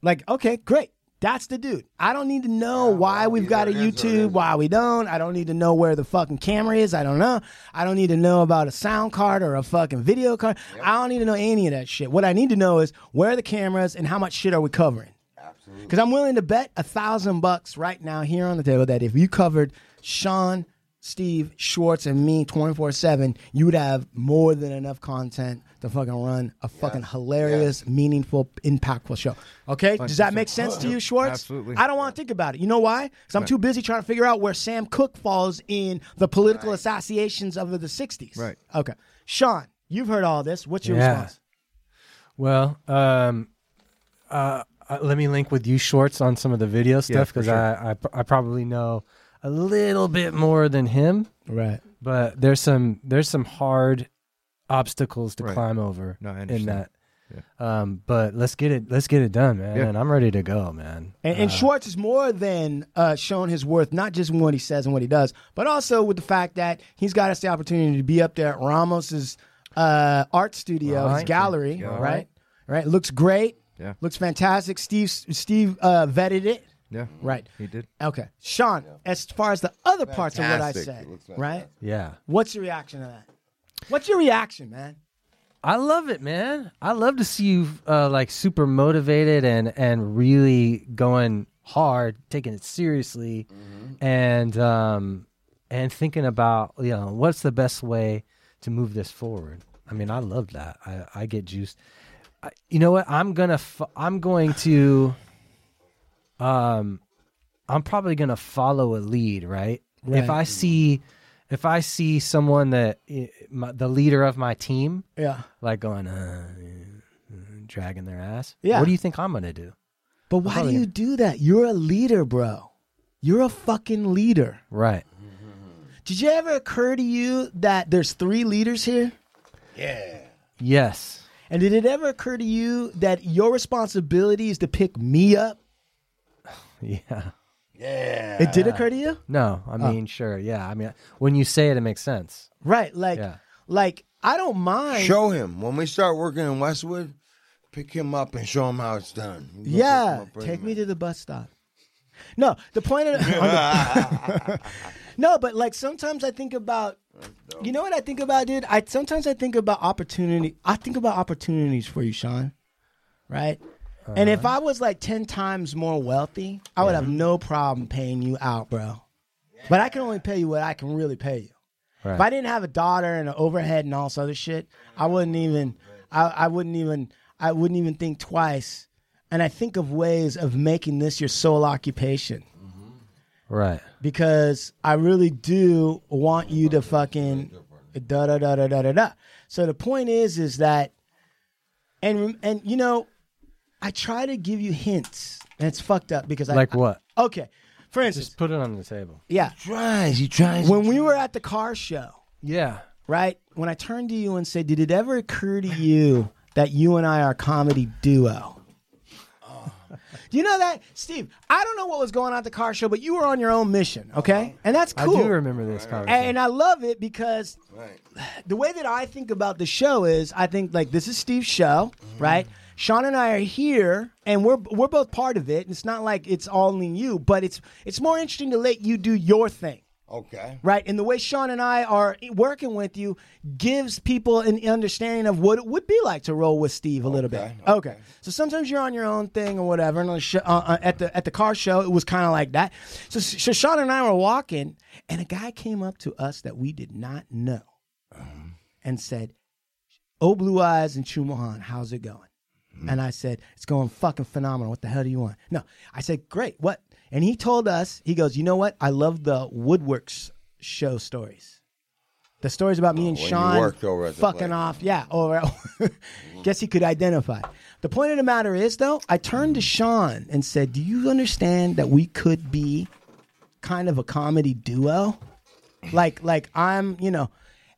Like, okay, great. That's the dude. I don't need to know why we've got a YouTube, why we don't. I don't need to know where the fucking camera is. I don't know. I don't need to know about a sound card or a fucking video card. I don't need to know any of that shit. What I need to know is where are the cameras and how much shit are we covering? Absolutely. Because I'm willing to bet a thousand bucks right now here on the table that if you covered Sean, Steve, Schwartz, and me 24 7, you would have more than enough content to fucking run a fucking hilarious, meaningful, impactful show. Okay? Does that make sense to you, Schwartz?
Absolutely.
I don't want to think about it. You know why? Because I'm
Right.
too busy trying to figure out where Sam Cook falls in the political associations of the 60s.
Right.
Okay. Sean, you've heard all this. What's your
Yeah.
response?
Uh, Well, um, uh, uh, let me link with you shorts on some of the video stuff
for
because
sure.
I, I pr- I probably know a little bit more than him.
Right.
But there's some there's some hard obstacles to
Right.
climb over
No, I
in
understand.
that. Um, but let's get it let's get it done, man.
Yeah.
And I'm ready to go, man.
And, and
Uh,
Schwartz is more than uh, shown his worth, not just in what he says and what he does, but also with the fact that he's got us the opportunity to be up there at Ramos's uh, art studio, his
Right.
gallery,
Yeah.
right? right? Looks great.
Yeah.
Looks fantastic. Steve Steve uh, vetted it.
Yeah.
Right.
He did.
Okay. Sean, as far as the other parts of what I
Fantastic.
said,
It looks
right?
yeah.
What's your reaction to that? What's your reaction, man?
I love it, man. I love to see you uh, like super motivated and and really going hard, taking it seriously, and um and thinking about you know what's the best way to move this forward. I mean, I love that. I, I get juiced. I, you know what? I'm gonna fo- I'm going to um I'm probably gonna follow a lead, right?
Right.
If I see if I see someone that eh, my, the leader of my team,
Yeah.
like going uh, eh, eh, dragging their ass.
Yeah.
What do you think I'm gonna do?
But why do
Probably-
you do that? You're a leader, bro. You're a fucking leader.
Right.
Did you ever occur to you that there's three leaders here?
Yeah.
Yes.
And did it ever occur to you that your responsibility is to pick me up?
Yeah.
Yeah.
It did occur to you?
No, I
Oh.
mean, sure, yeah. I mean, when you say it, it makes sense.
Right. Like
Yeah.
like I don't mind
Show him when we start working in Westwood. Pick him up and show him how it's done. You go pick him
Yeah,
up right
take
now.
me to the bus stop. No, the point of on the- no, but like sometimes I think about, you know what I think about, dude. I sometimes I think about opportunity. I think about opportunities for you, Sean. Right. And if I was like ten times more wealthy, I would have no problem paying you out, bro. But I can only pay you what I can really pay you. If I didn't have a daughter and an overhead and all this other shit, I wouldn't even I, I wouldn't even I wouldn't even think twice. And I think of ways of making this your sole occupation
Right.
because I really do want you to fucking da da da da da da da. So the point is, is that, and and you know, I try to give you hints, and it's fucked up because I
Like what?
Okay, for instance,
Just put it on the table.
yeah,
tries, he tries.
When we were at the car show,
Yeah.
right? When I turned to you and said, "Did it ever occur to you that you and I are a comedy duo?"
Oh.
Do you know that, Steve? I don't know what was going on at the car show, but you were on your own mission, okay? And that's cool.
I do remember this conversation.
And I love it because the way that I think about the show is I think like this is Steve's show,
Mm-hmm.
right? Sean and I are here and we're we're both part of it. And it's not like it's all in you, but it's it's more interesting to let you do your thing.
Okay.
Right, and the way Sean and I are working with you gives people an understanding of what it would be like to roll with Steve a little bit. Okay. so sometimes you're on your own thing or whatever. And on the sho- uh, uh, at the at the car show, it was kind of like that. So, so Sean and I were walking, and a guy came up to us that we did not know, and said, "Oh, Blue Eyes and Chumahan, how's it going?"
Mm-hmm.
And I said, It's going fucking phenomenal. What the hell do you want? No. I said, Great. What? And he told us, he goes, You know what? I love the Woodworks show stories. The stories about me and
Oh, when you
Sean
worked over at the
fucking
place. Mm-hmm.
off. Yeah. Over guess he could identify. The point of the matter is, though, I turned to
Mm-hmm.
Sean and said, Do you understand that we could be kind of a comedy duo? like like I'm, you know,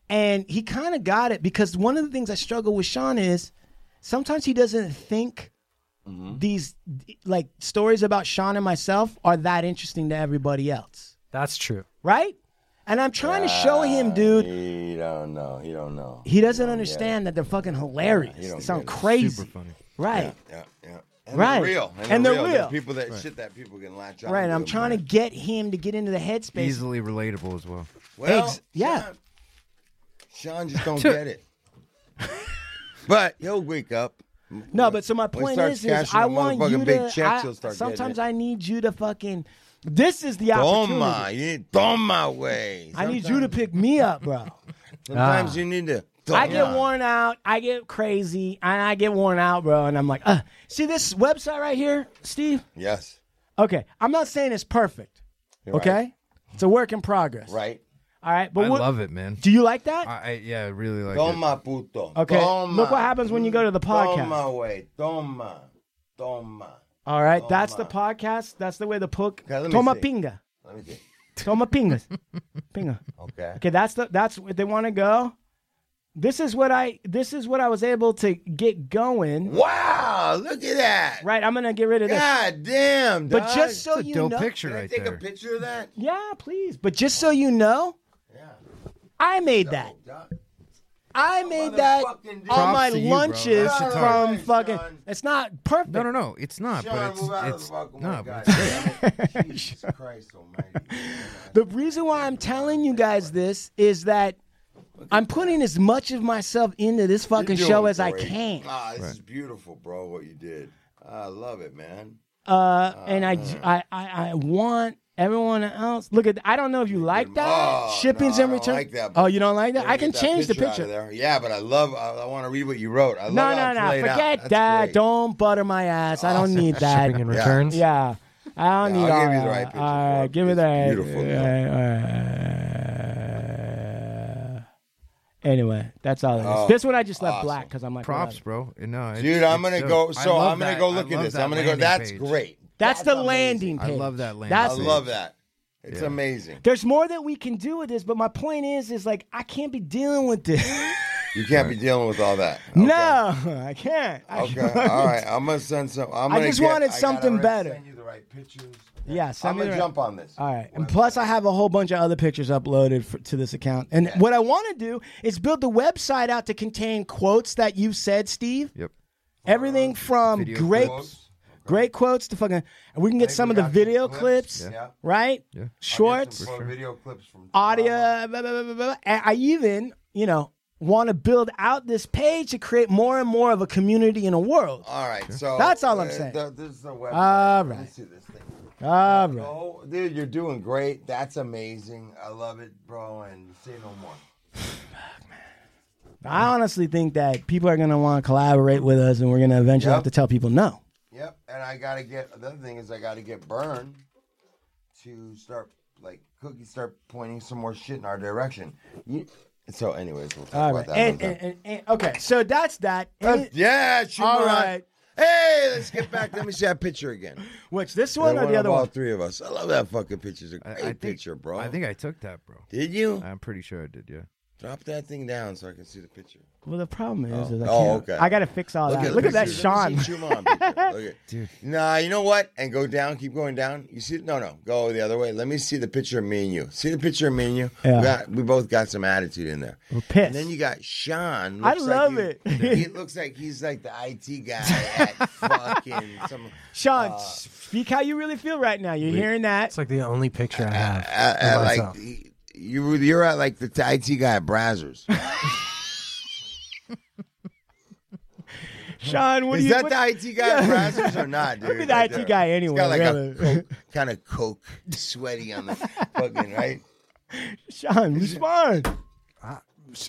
and he kind of got it because one of the things I struggle with Sean is sometimes he doesn't think
Mm-hmm.
these like stories about Sean and myself are that interesting to everybody else,
That's true.
right? And I'm trying to show him,
Uh,
dude,
He don't know. He don't know.
he doesn't understand that they're fucking hilarious.
He don't
They
get
sound
it.
crazy,
Super funny.
right?
Yeah, yeah. And
Right.
they're real. And,
And
they're,
they're
real.
real.
There's people that
Right.
shit that people can latch on.
Right, and I'm trying to get him to get into the headspace.
Easily relatable as well.
Well,
Ex- yeah.
Sean just don't get it. But he'll wake up.
No, but so my
When he
point
starts
is, is
cashing
I
them
want
motherfucking
you to.
big checks,
I-
he'll start getting
sometimes
it.
I need you to fucking. This is the opportunity.
Toma, you need Toma way.
I need you to pick me up, bro.
Sometimes you need to.
I get
Toma.
worn out. I get crazy, and I get worn out, bro. And I'm like, uh, see this website right here, Steve.
Yes.
Okay, I'm not saying it's perfect.
You're
okay,
right.
it's a work in progress.
Right.
All right, but
I
what,
love it, man.
Do you like that?
I, I yeah, I really like
Toma puto.
it.
Okay, look what happens when you go to the podcast.
Toma way. Toma. Toma.
All right, that's the podcast. That's the way the book.
let me
Toma
see.
pinga.
Let me see.
Toma pingas. Pinga.
Okay.
Okay, that's the that's where they want to go. This is what I this is what I was able to get going.
Wow, look at that.
Right, I'm gonna get rid of this.
God damn,
But
dog.
just so
That's a
you
dope
know,
picture Can I right take a there. picture of that?
Yeah, please. But just so you know, I made that. I made that
Motherfucking
on my
Props to you, bro.
lunches
That's a tough-
from
Alright,
fucking. It's not perfect.
No, no, no. It's not,
Sean,
but it's
move out of the
it's
fucking way,
no,
God
but it's
damn
great.
it. Jesus Christ Almighty.
The reason why I'm telling you guys this is that I'm putting as much of myself into this fucking
You're
show
doing
as I
great.
can.
Ah, this is beautiful, bro. What you did, I love it, man.
Uh, and I, j- I, I- I want Everyone else, look at. I don't know if you like that.
Oh,
Shipping's
no,
in
I don't
return.
like that,
oh, you don't like that?
Gotta
I
get
can
that
change the
out of
picture.
there. Yeah, but I love. I, I want to read what you wrote. I love
No,
how
no,
it's
no.
laid out.
Forget
That's
that.
great.
Don't butter my ass. I don't need that.
Shipping and
Yeah.
returns?
Yeah. I don't
Yeah,
need
I'll
all
give you the
that.
right picture
All right, give me that.
beautiful,
All
yeah.
right, all right. Uh, Anyway, that's all it is.
Oh,
this one I just left
awesome.
black because I'm like,
Props,
whatever.
bro. No, it's-
Dude, I'm
it's
gonna
dope.
go.
I
So
love
I'm gonna
that-
go
I
look at
love
this.
that
I'm gonna go.
landing
That's
page.
great.
That's, the landing
I
page.
love that landing
That's
I
page.
love that. It's amazing.
There's more that we can do with this, but my point is, is like I can't be dealing with this.
You can't be dealing with all that.
No, I can't. I
Okay.
can't.
All right. I'm gonna send some. I'm
I
gonna
just
get-
wanted
I gotta
something
re-
better.
Send you the right pictures.
Yeah, send
I'm
me
gonna
the-
jump on this.
All right. And plus, I have a whole bunch of other pictures uploaded for, to this account. And what I want to do is build the website out to contain quotes that you said, Steve.
Yep.
Everything from
Video
great,
clips.
great quotes to fucking. And we can get some of the video clips,
Yeah. Yeah.
right?
Yeah. I'll get
Shorts,
Some video clips from.
audio. Blah, blah, blah, blah, blah. And I even, you know, want to build out this page to create more and more of a community in a world.
All right. So
That's all I'm
uh,
saying.
th- this is the website.
All
Let me
right.
see this thing.
All right.
Oh, dude, you're doing great. That's amazing. I love it, bro. And say no more.
I honestly think that people are going to want to collaborate with us, and we're going to eventually
Yep.
have to tell people no.
Yep. And I gotta get the other thing is I gotta get Burn to start like Cookie start pointing some more shit in our direction. You, so, anyways, we'll talk
All
about
right.
that.
And,
another
and,
time.
and, and- okay, so that's that. Any-
yeah, she
All
won.
right.
Hey, let's get back. Let me see that picture again.
Which this one
That
or the
of
other
all
one?
three of us. I love that fucking picture. It's a great
I think-
picture, bro.
I think I took that, bro.
Did you?
I'm pretty sure I did. Yeah.
Drop that thing down so I can see the picture.
Well, the problem is,
Oh.
is I
Oh,
can't-
okay.
I got to fix all
Look
that.
at
Look at that,
pictures. Let
Sean.
me see your mom picture. Look at- Nah, you know what? And go down. Keep going down. You see? No, no. Go the other way. Let me see the picture of me and you. See the picture of me and you.
Yeah.
We, got, we both got some attitude in there.
We're pissed.
And then you got Sean.
I
Looks
love
like
it.
you- he looks like he's like the IT guy at fucking some.
Sean,
Uh,
speak how you really feel right now. You're hearing that.
It's like the only picture I have.
at-
of
at,
myself.
Uh, like you, you're at like the IT guy at Brazzers.
Sean, what
Is
do you
that
what-
the IT guy
Yeah.
at Brazzers or not, dude?
Could be the IT guy anyway,
He's got like
really.
a kind of coke, sweaty on the fucking right.
Sean, respond.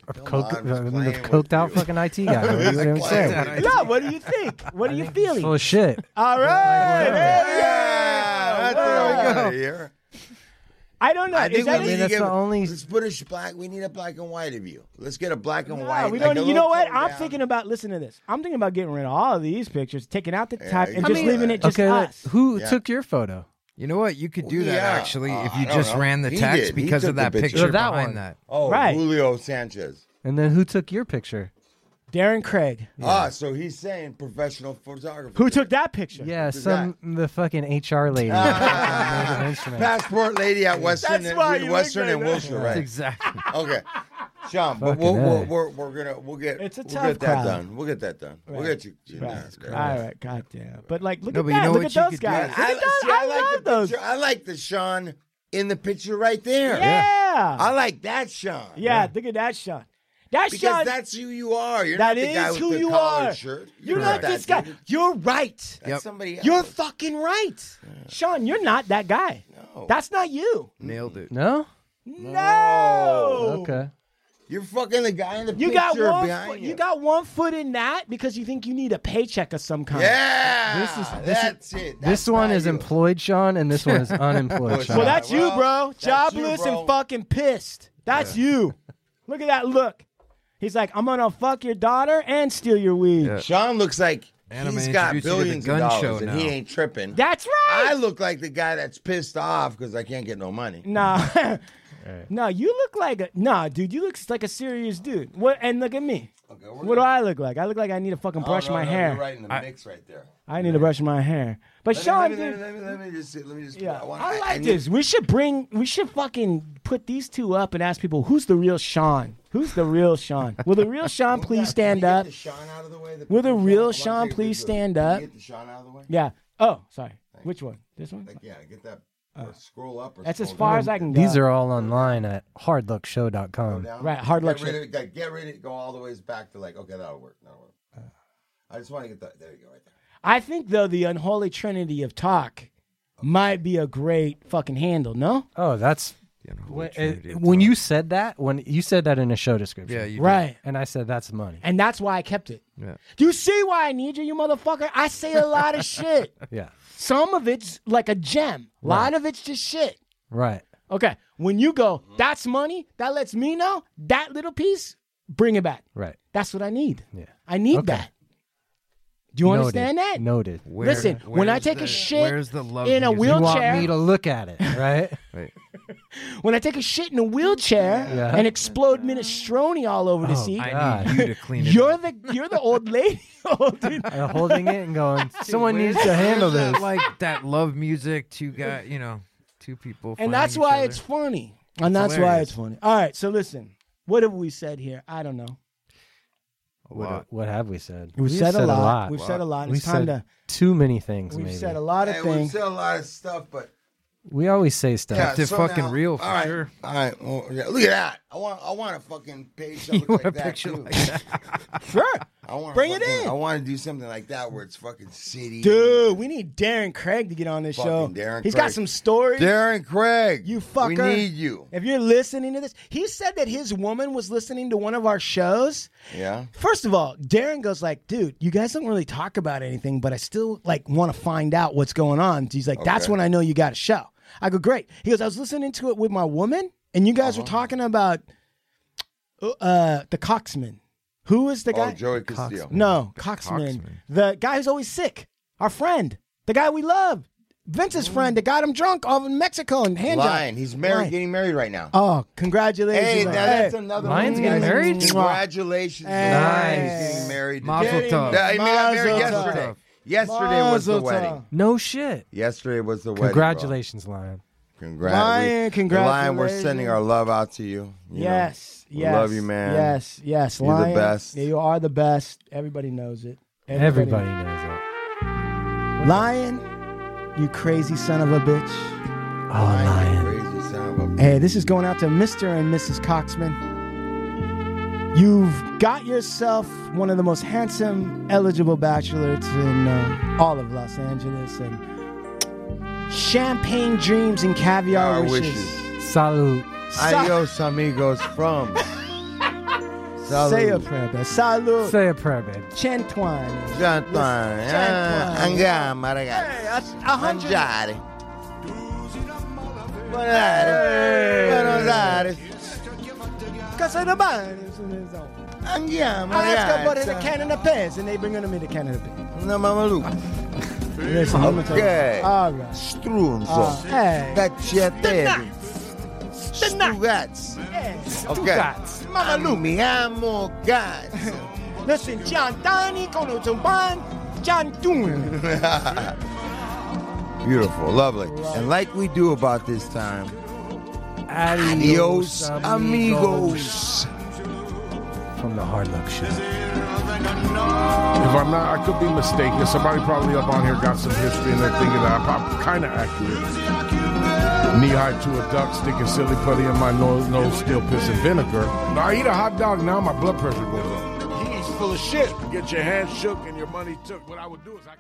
A coke,
I'm just
uh, the
playing with
coked out
you.
fucking IT guy. What do you
Like
say?
that IT
Yeah, what do you think? What are you feeling?
Full of shit.
All right. there we go.
Yeah, that's what I
Wow.
want to hear.
I don't know.
I
Is
think
that
we need
it?
to get,
the only-
Let's put a sh- black. We need a black and white of you. Let's get a black and
Nah,
white.
we
like
don't.
a
you know
little
what?
toned
I'm
down.
thinking about. Listen to this. I'm thinking about getting rid of all of these pictures, taking out the
Yeah,
type,
you
and
can
just
do
leaving
that.
it just
okay, wait,
us.
who
Yeah.
took your photo?
You know what? You could do that
Yeah.
actually
Uh,
if
I
you
don't
just
know.
ran the
He
text
did. He
because
took
of
the
that
picture.
picture
That
behind
one.
that.
Oh,
Right.
Julio Sanchez.
And then who took your picture?
Darren Craig.
Ah, so he's saying professional photographer.
Who took that picture?
Yeah,
took
some the fucking HR lady.
Ah.
Fucking Native Instruments.
passport lady at Western,
That's why
and,
you
Western
look
and
like that.
Wilshire, right?
Exactly.
Okay, Sean, but
Fucking
we'll,
A.
we're, we're, we're gonna we'll get
It's a
we'll
tough
get that
crowd.
done. We'll get that done. We'll get you. you know,
All
yeah.
right, goddamn. But like, look
No,
at
but you
that.
know
look
what
at
you
those
could do?
guys.
I,
Look
see,
at those.
I
I,
like
love
the
those.
picture. I like the Sean in the picture right there.
Yeah.
I like that Sean.
Yeah, look at that shot. That
Because
shot.
that's who you are. You're
that
not the guy
is
with
who
the
you
collared
are.
Shirt.
You're
not
not
that
this guy.
dude.
You're right.
That's somebody else.
You're fucking right, Sean. You're not that guy.
No.
That's not you.
Nailed it.
No?
No.
Okay.
You're fucking the guy in the
You
picture
got one.
behind
foot-
you.
you got one foot in that because you think you need a paycheck of some kind.
Yeah.
This is- this is-
that's it.
this one is
employed.
employed, Sean, and this one is
Well,
unemployed, Sean.
Well, that's you,
Well,
bro.
that's you,
Jobless
bro.
and fucking pissed. That's you. Look at that look. He's like, I'm gonna fuck your daughter and steal your weed.
Sean looks like
And I'm
he's
gonna
got
introduce you to the
billions of
gun
dollars
show
and
now.
he ain't tripping.
That's right.
I look like the guy that's pissed off because I can't get no money.
Nah. No, you look like a nah, dude. You look like a serious dude. What? And look at me.
Okay,
What do I look like? I look like I need to fucking brush my hair.
You're right in the
I-
mix right there.
I need to brush my hair. But
Let me-
Sean,
let me,
dude,
let me, let me, let me just let me just.
yeah, I,
wanna-
like
need-
this. We should bring. We should fucking put these two up and ask people who's the real Sean. Who's the real Sean? Will the real Sean
Can we
please stand
get
up?
the Sean out of the way? The
Will the
picture?
real
I wanna
Sean
take a
please
picture.
stand
Can you
up?
Get the Sean out of the way.
Yeah. Oh, sorry. Which one? This one?
Like, yeah, get that. or scroll up. Or
Uh, That's as
scroll
far
down.
as I can go.
These are all online at
Go
hardluckshow.com.
down.
Right, hard luck
Get rid
shit.
of it. Got- Get rid of it. Go all the ways back to like. Okay, that'll work. That'll work.
Uh.
I just want to get that. There you go. Right there.
I think though the unholy trinity of talk might be a great fucking handle. No?
Oh, that's when, uh, when you said that, when you said that in a show description,
Yeah, you did. Right.
And I said that's money.
And that's why I kept it.
Yeah,
You see why I need you, you motherfucker? I say a lot of shit.
yeah,
Some of it's like a gem. A lot of it's just shit.
right.
Okay. When you go, that's money, that lets me know that little piece, bring it back.
Right.
That's what I need.
Yeah.
I need that. Do you
Noted.
understand that?
Noted. Where-
Listen, when I
where's
take
the-
a shit
where's the love
in a
music? You
wheelchair,
want me to look at it, right? Right.
when I take a shit in a wheelchair
Yeah.
and explode minestrone all over the
Oh,
seat,
I need you to clean it
You're the you're the old lady holding,
And holding it and going, someone
Where's-
needs to handle
where's that,
this.
Like that love music, two guy, you know, two people. finding
and that's
each
why
other.
it's funny. And
It's
that's why
hilarious.
it's funny. All right, so listen, what have we said here? I don't know.
What, what have we said?
We've said a lot. We've said a lot.
We've
It's time
said
to-
too many things.
We've
maybe
said a lot of
Hey, we
things.
said a lot of stuff, but
we always say stuff.
Yeah, so now- all right, All right, well, yeah, look at that. I want, I want a fucking page that looks like that too.
sure,
I want
Bring it in.
I want to do something like that where it's fucking city,
Dude, we need Darren Craig to get on this
Fucking
show.
Darren
He's got
Craig.
some stories.
Darren Craig,
you fucker.
we need you.
If you're listening to this, he said that his woman was listening to one of our shows.
Yeah.
First of all, Darren goes like, "Dude, you guys don't really talk about anything, but I still like want to find out what's going on." He's like, "That's
Okay.
when I know you got a show." I go, "Great." He goes, "I was listening to it with my woman, and you guys
Uh-huh.
were talking about uh the Coxman. Who is the
Oh,
guy?
Joey Castillo.
No, Coxman. The guy who's always sick. Our friend. The guy we love. Vince's friend that got him drunk off in Mexico and hand job.
Lion, he's married,
Lion.
getting married right now.
Oh, congratulations.
Hey, now
Lion.
that's another
Lion's
one.
getting
Guys,
married?
Congratulations,
Hey.
Lion's getting married.
Mazel
today.
tov.
Yeah, he got married
Mazel
yesterday.
tov.
Yesterday was the
Mazel tov.
wedding.
No shit.
Yesterday was the wedding. bro.
Congratulations, Lion.
Congratulations.
Lion,
Lion, we're sending
congratulations.
our love out to you. you know.
Yes.
We
yes.
love you, man.
Yes. Yes.
You're
Lion,
the best.
You are the best. Everybody knows it.
Everybody knows it.
Lion, you crazy son of a bitch.
Oh,
Lion.
Lion.
Crazy son of a
Hey, this is going out to Mr. and Mrs. Coxman. You've got yourself one of the most handsome, eligible bachelors in uh, all of Los Angeles, and champagne dreams and caviar
Our
wishes.
wishes.
Salute.
Adios, amigos, from. Salud.
Say a prayer, babe. Salud.
Say a prayer, babe.
Chantuan.
Gentlemen,
Gentlemen.
eh, andiamo, ragazzi.
A hundred.
Mangiare. Buenos Aires. Buenos Aires.
Casa de Banos in his own.
Andiamo,
I asked about
ragazzi.
the can of pants, and they bring them in the can of pants.
Una mamaluca.
Listen, I'm gonna tell you-
Okay.
All right.
Strunzo.
Uh, hey.
Dacci a te. Stugazzi. Ok.
Mamalu.
Mi amo cazzo.
Listen, John Donnie, Kono Toban, John Doon.
Beautiful, lovely. And like we do about this time, adios, amigos.
From the Hard Luck Show.
If I'm not, I could be mistaken. Somebody probably up on here got some history and they're thinking that I'm kind of accurate. Knee high to a duck, sticking silly putty in my nose, nose still pissing vinegar. I eat a hot dog now, my blood pressure goes up. He's full of shit. Get your hands shook and your money took. What I would do is I.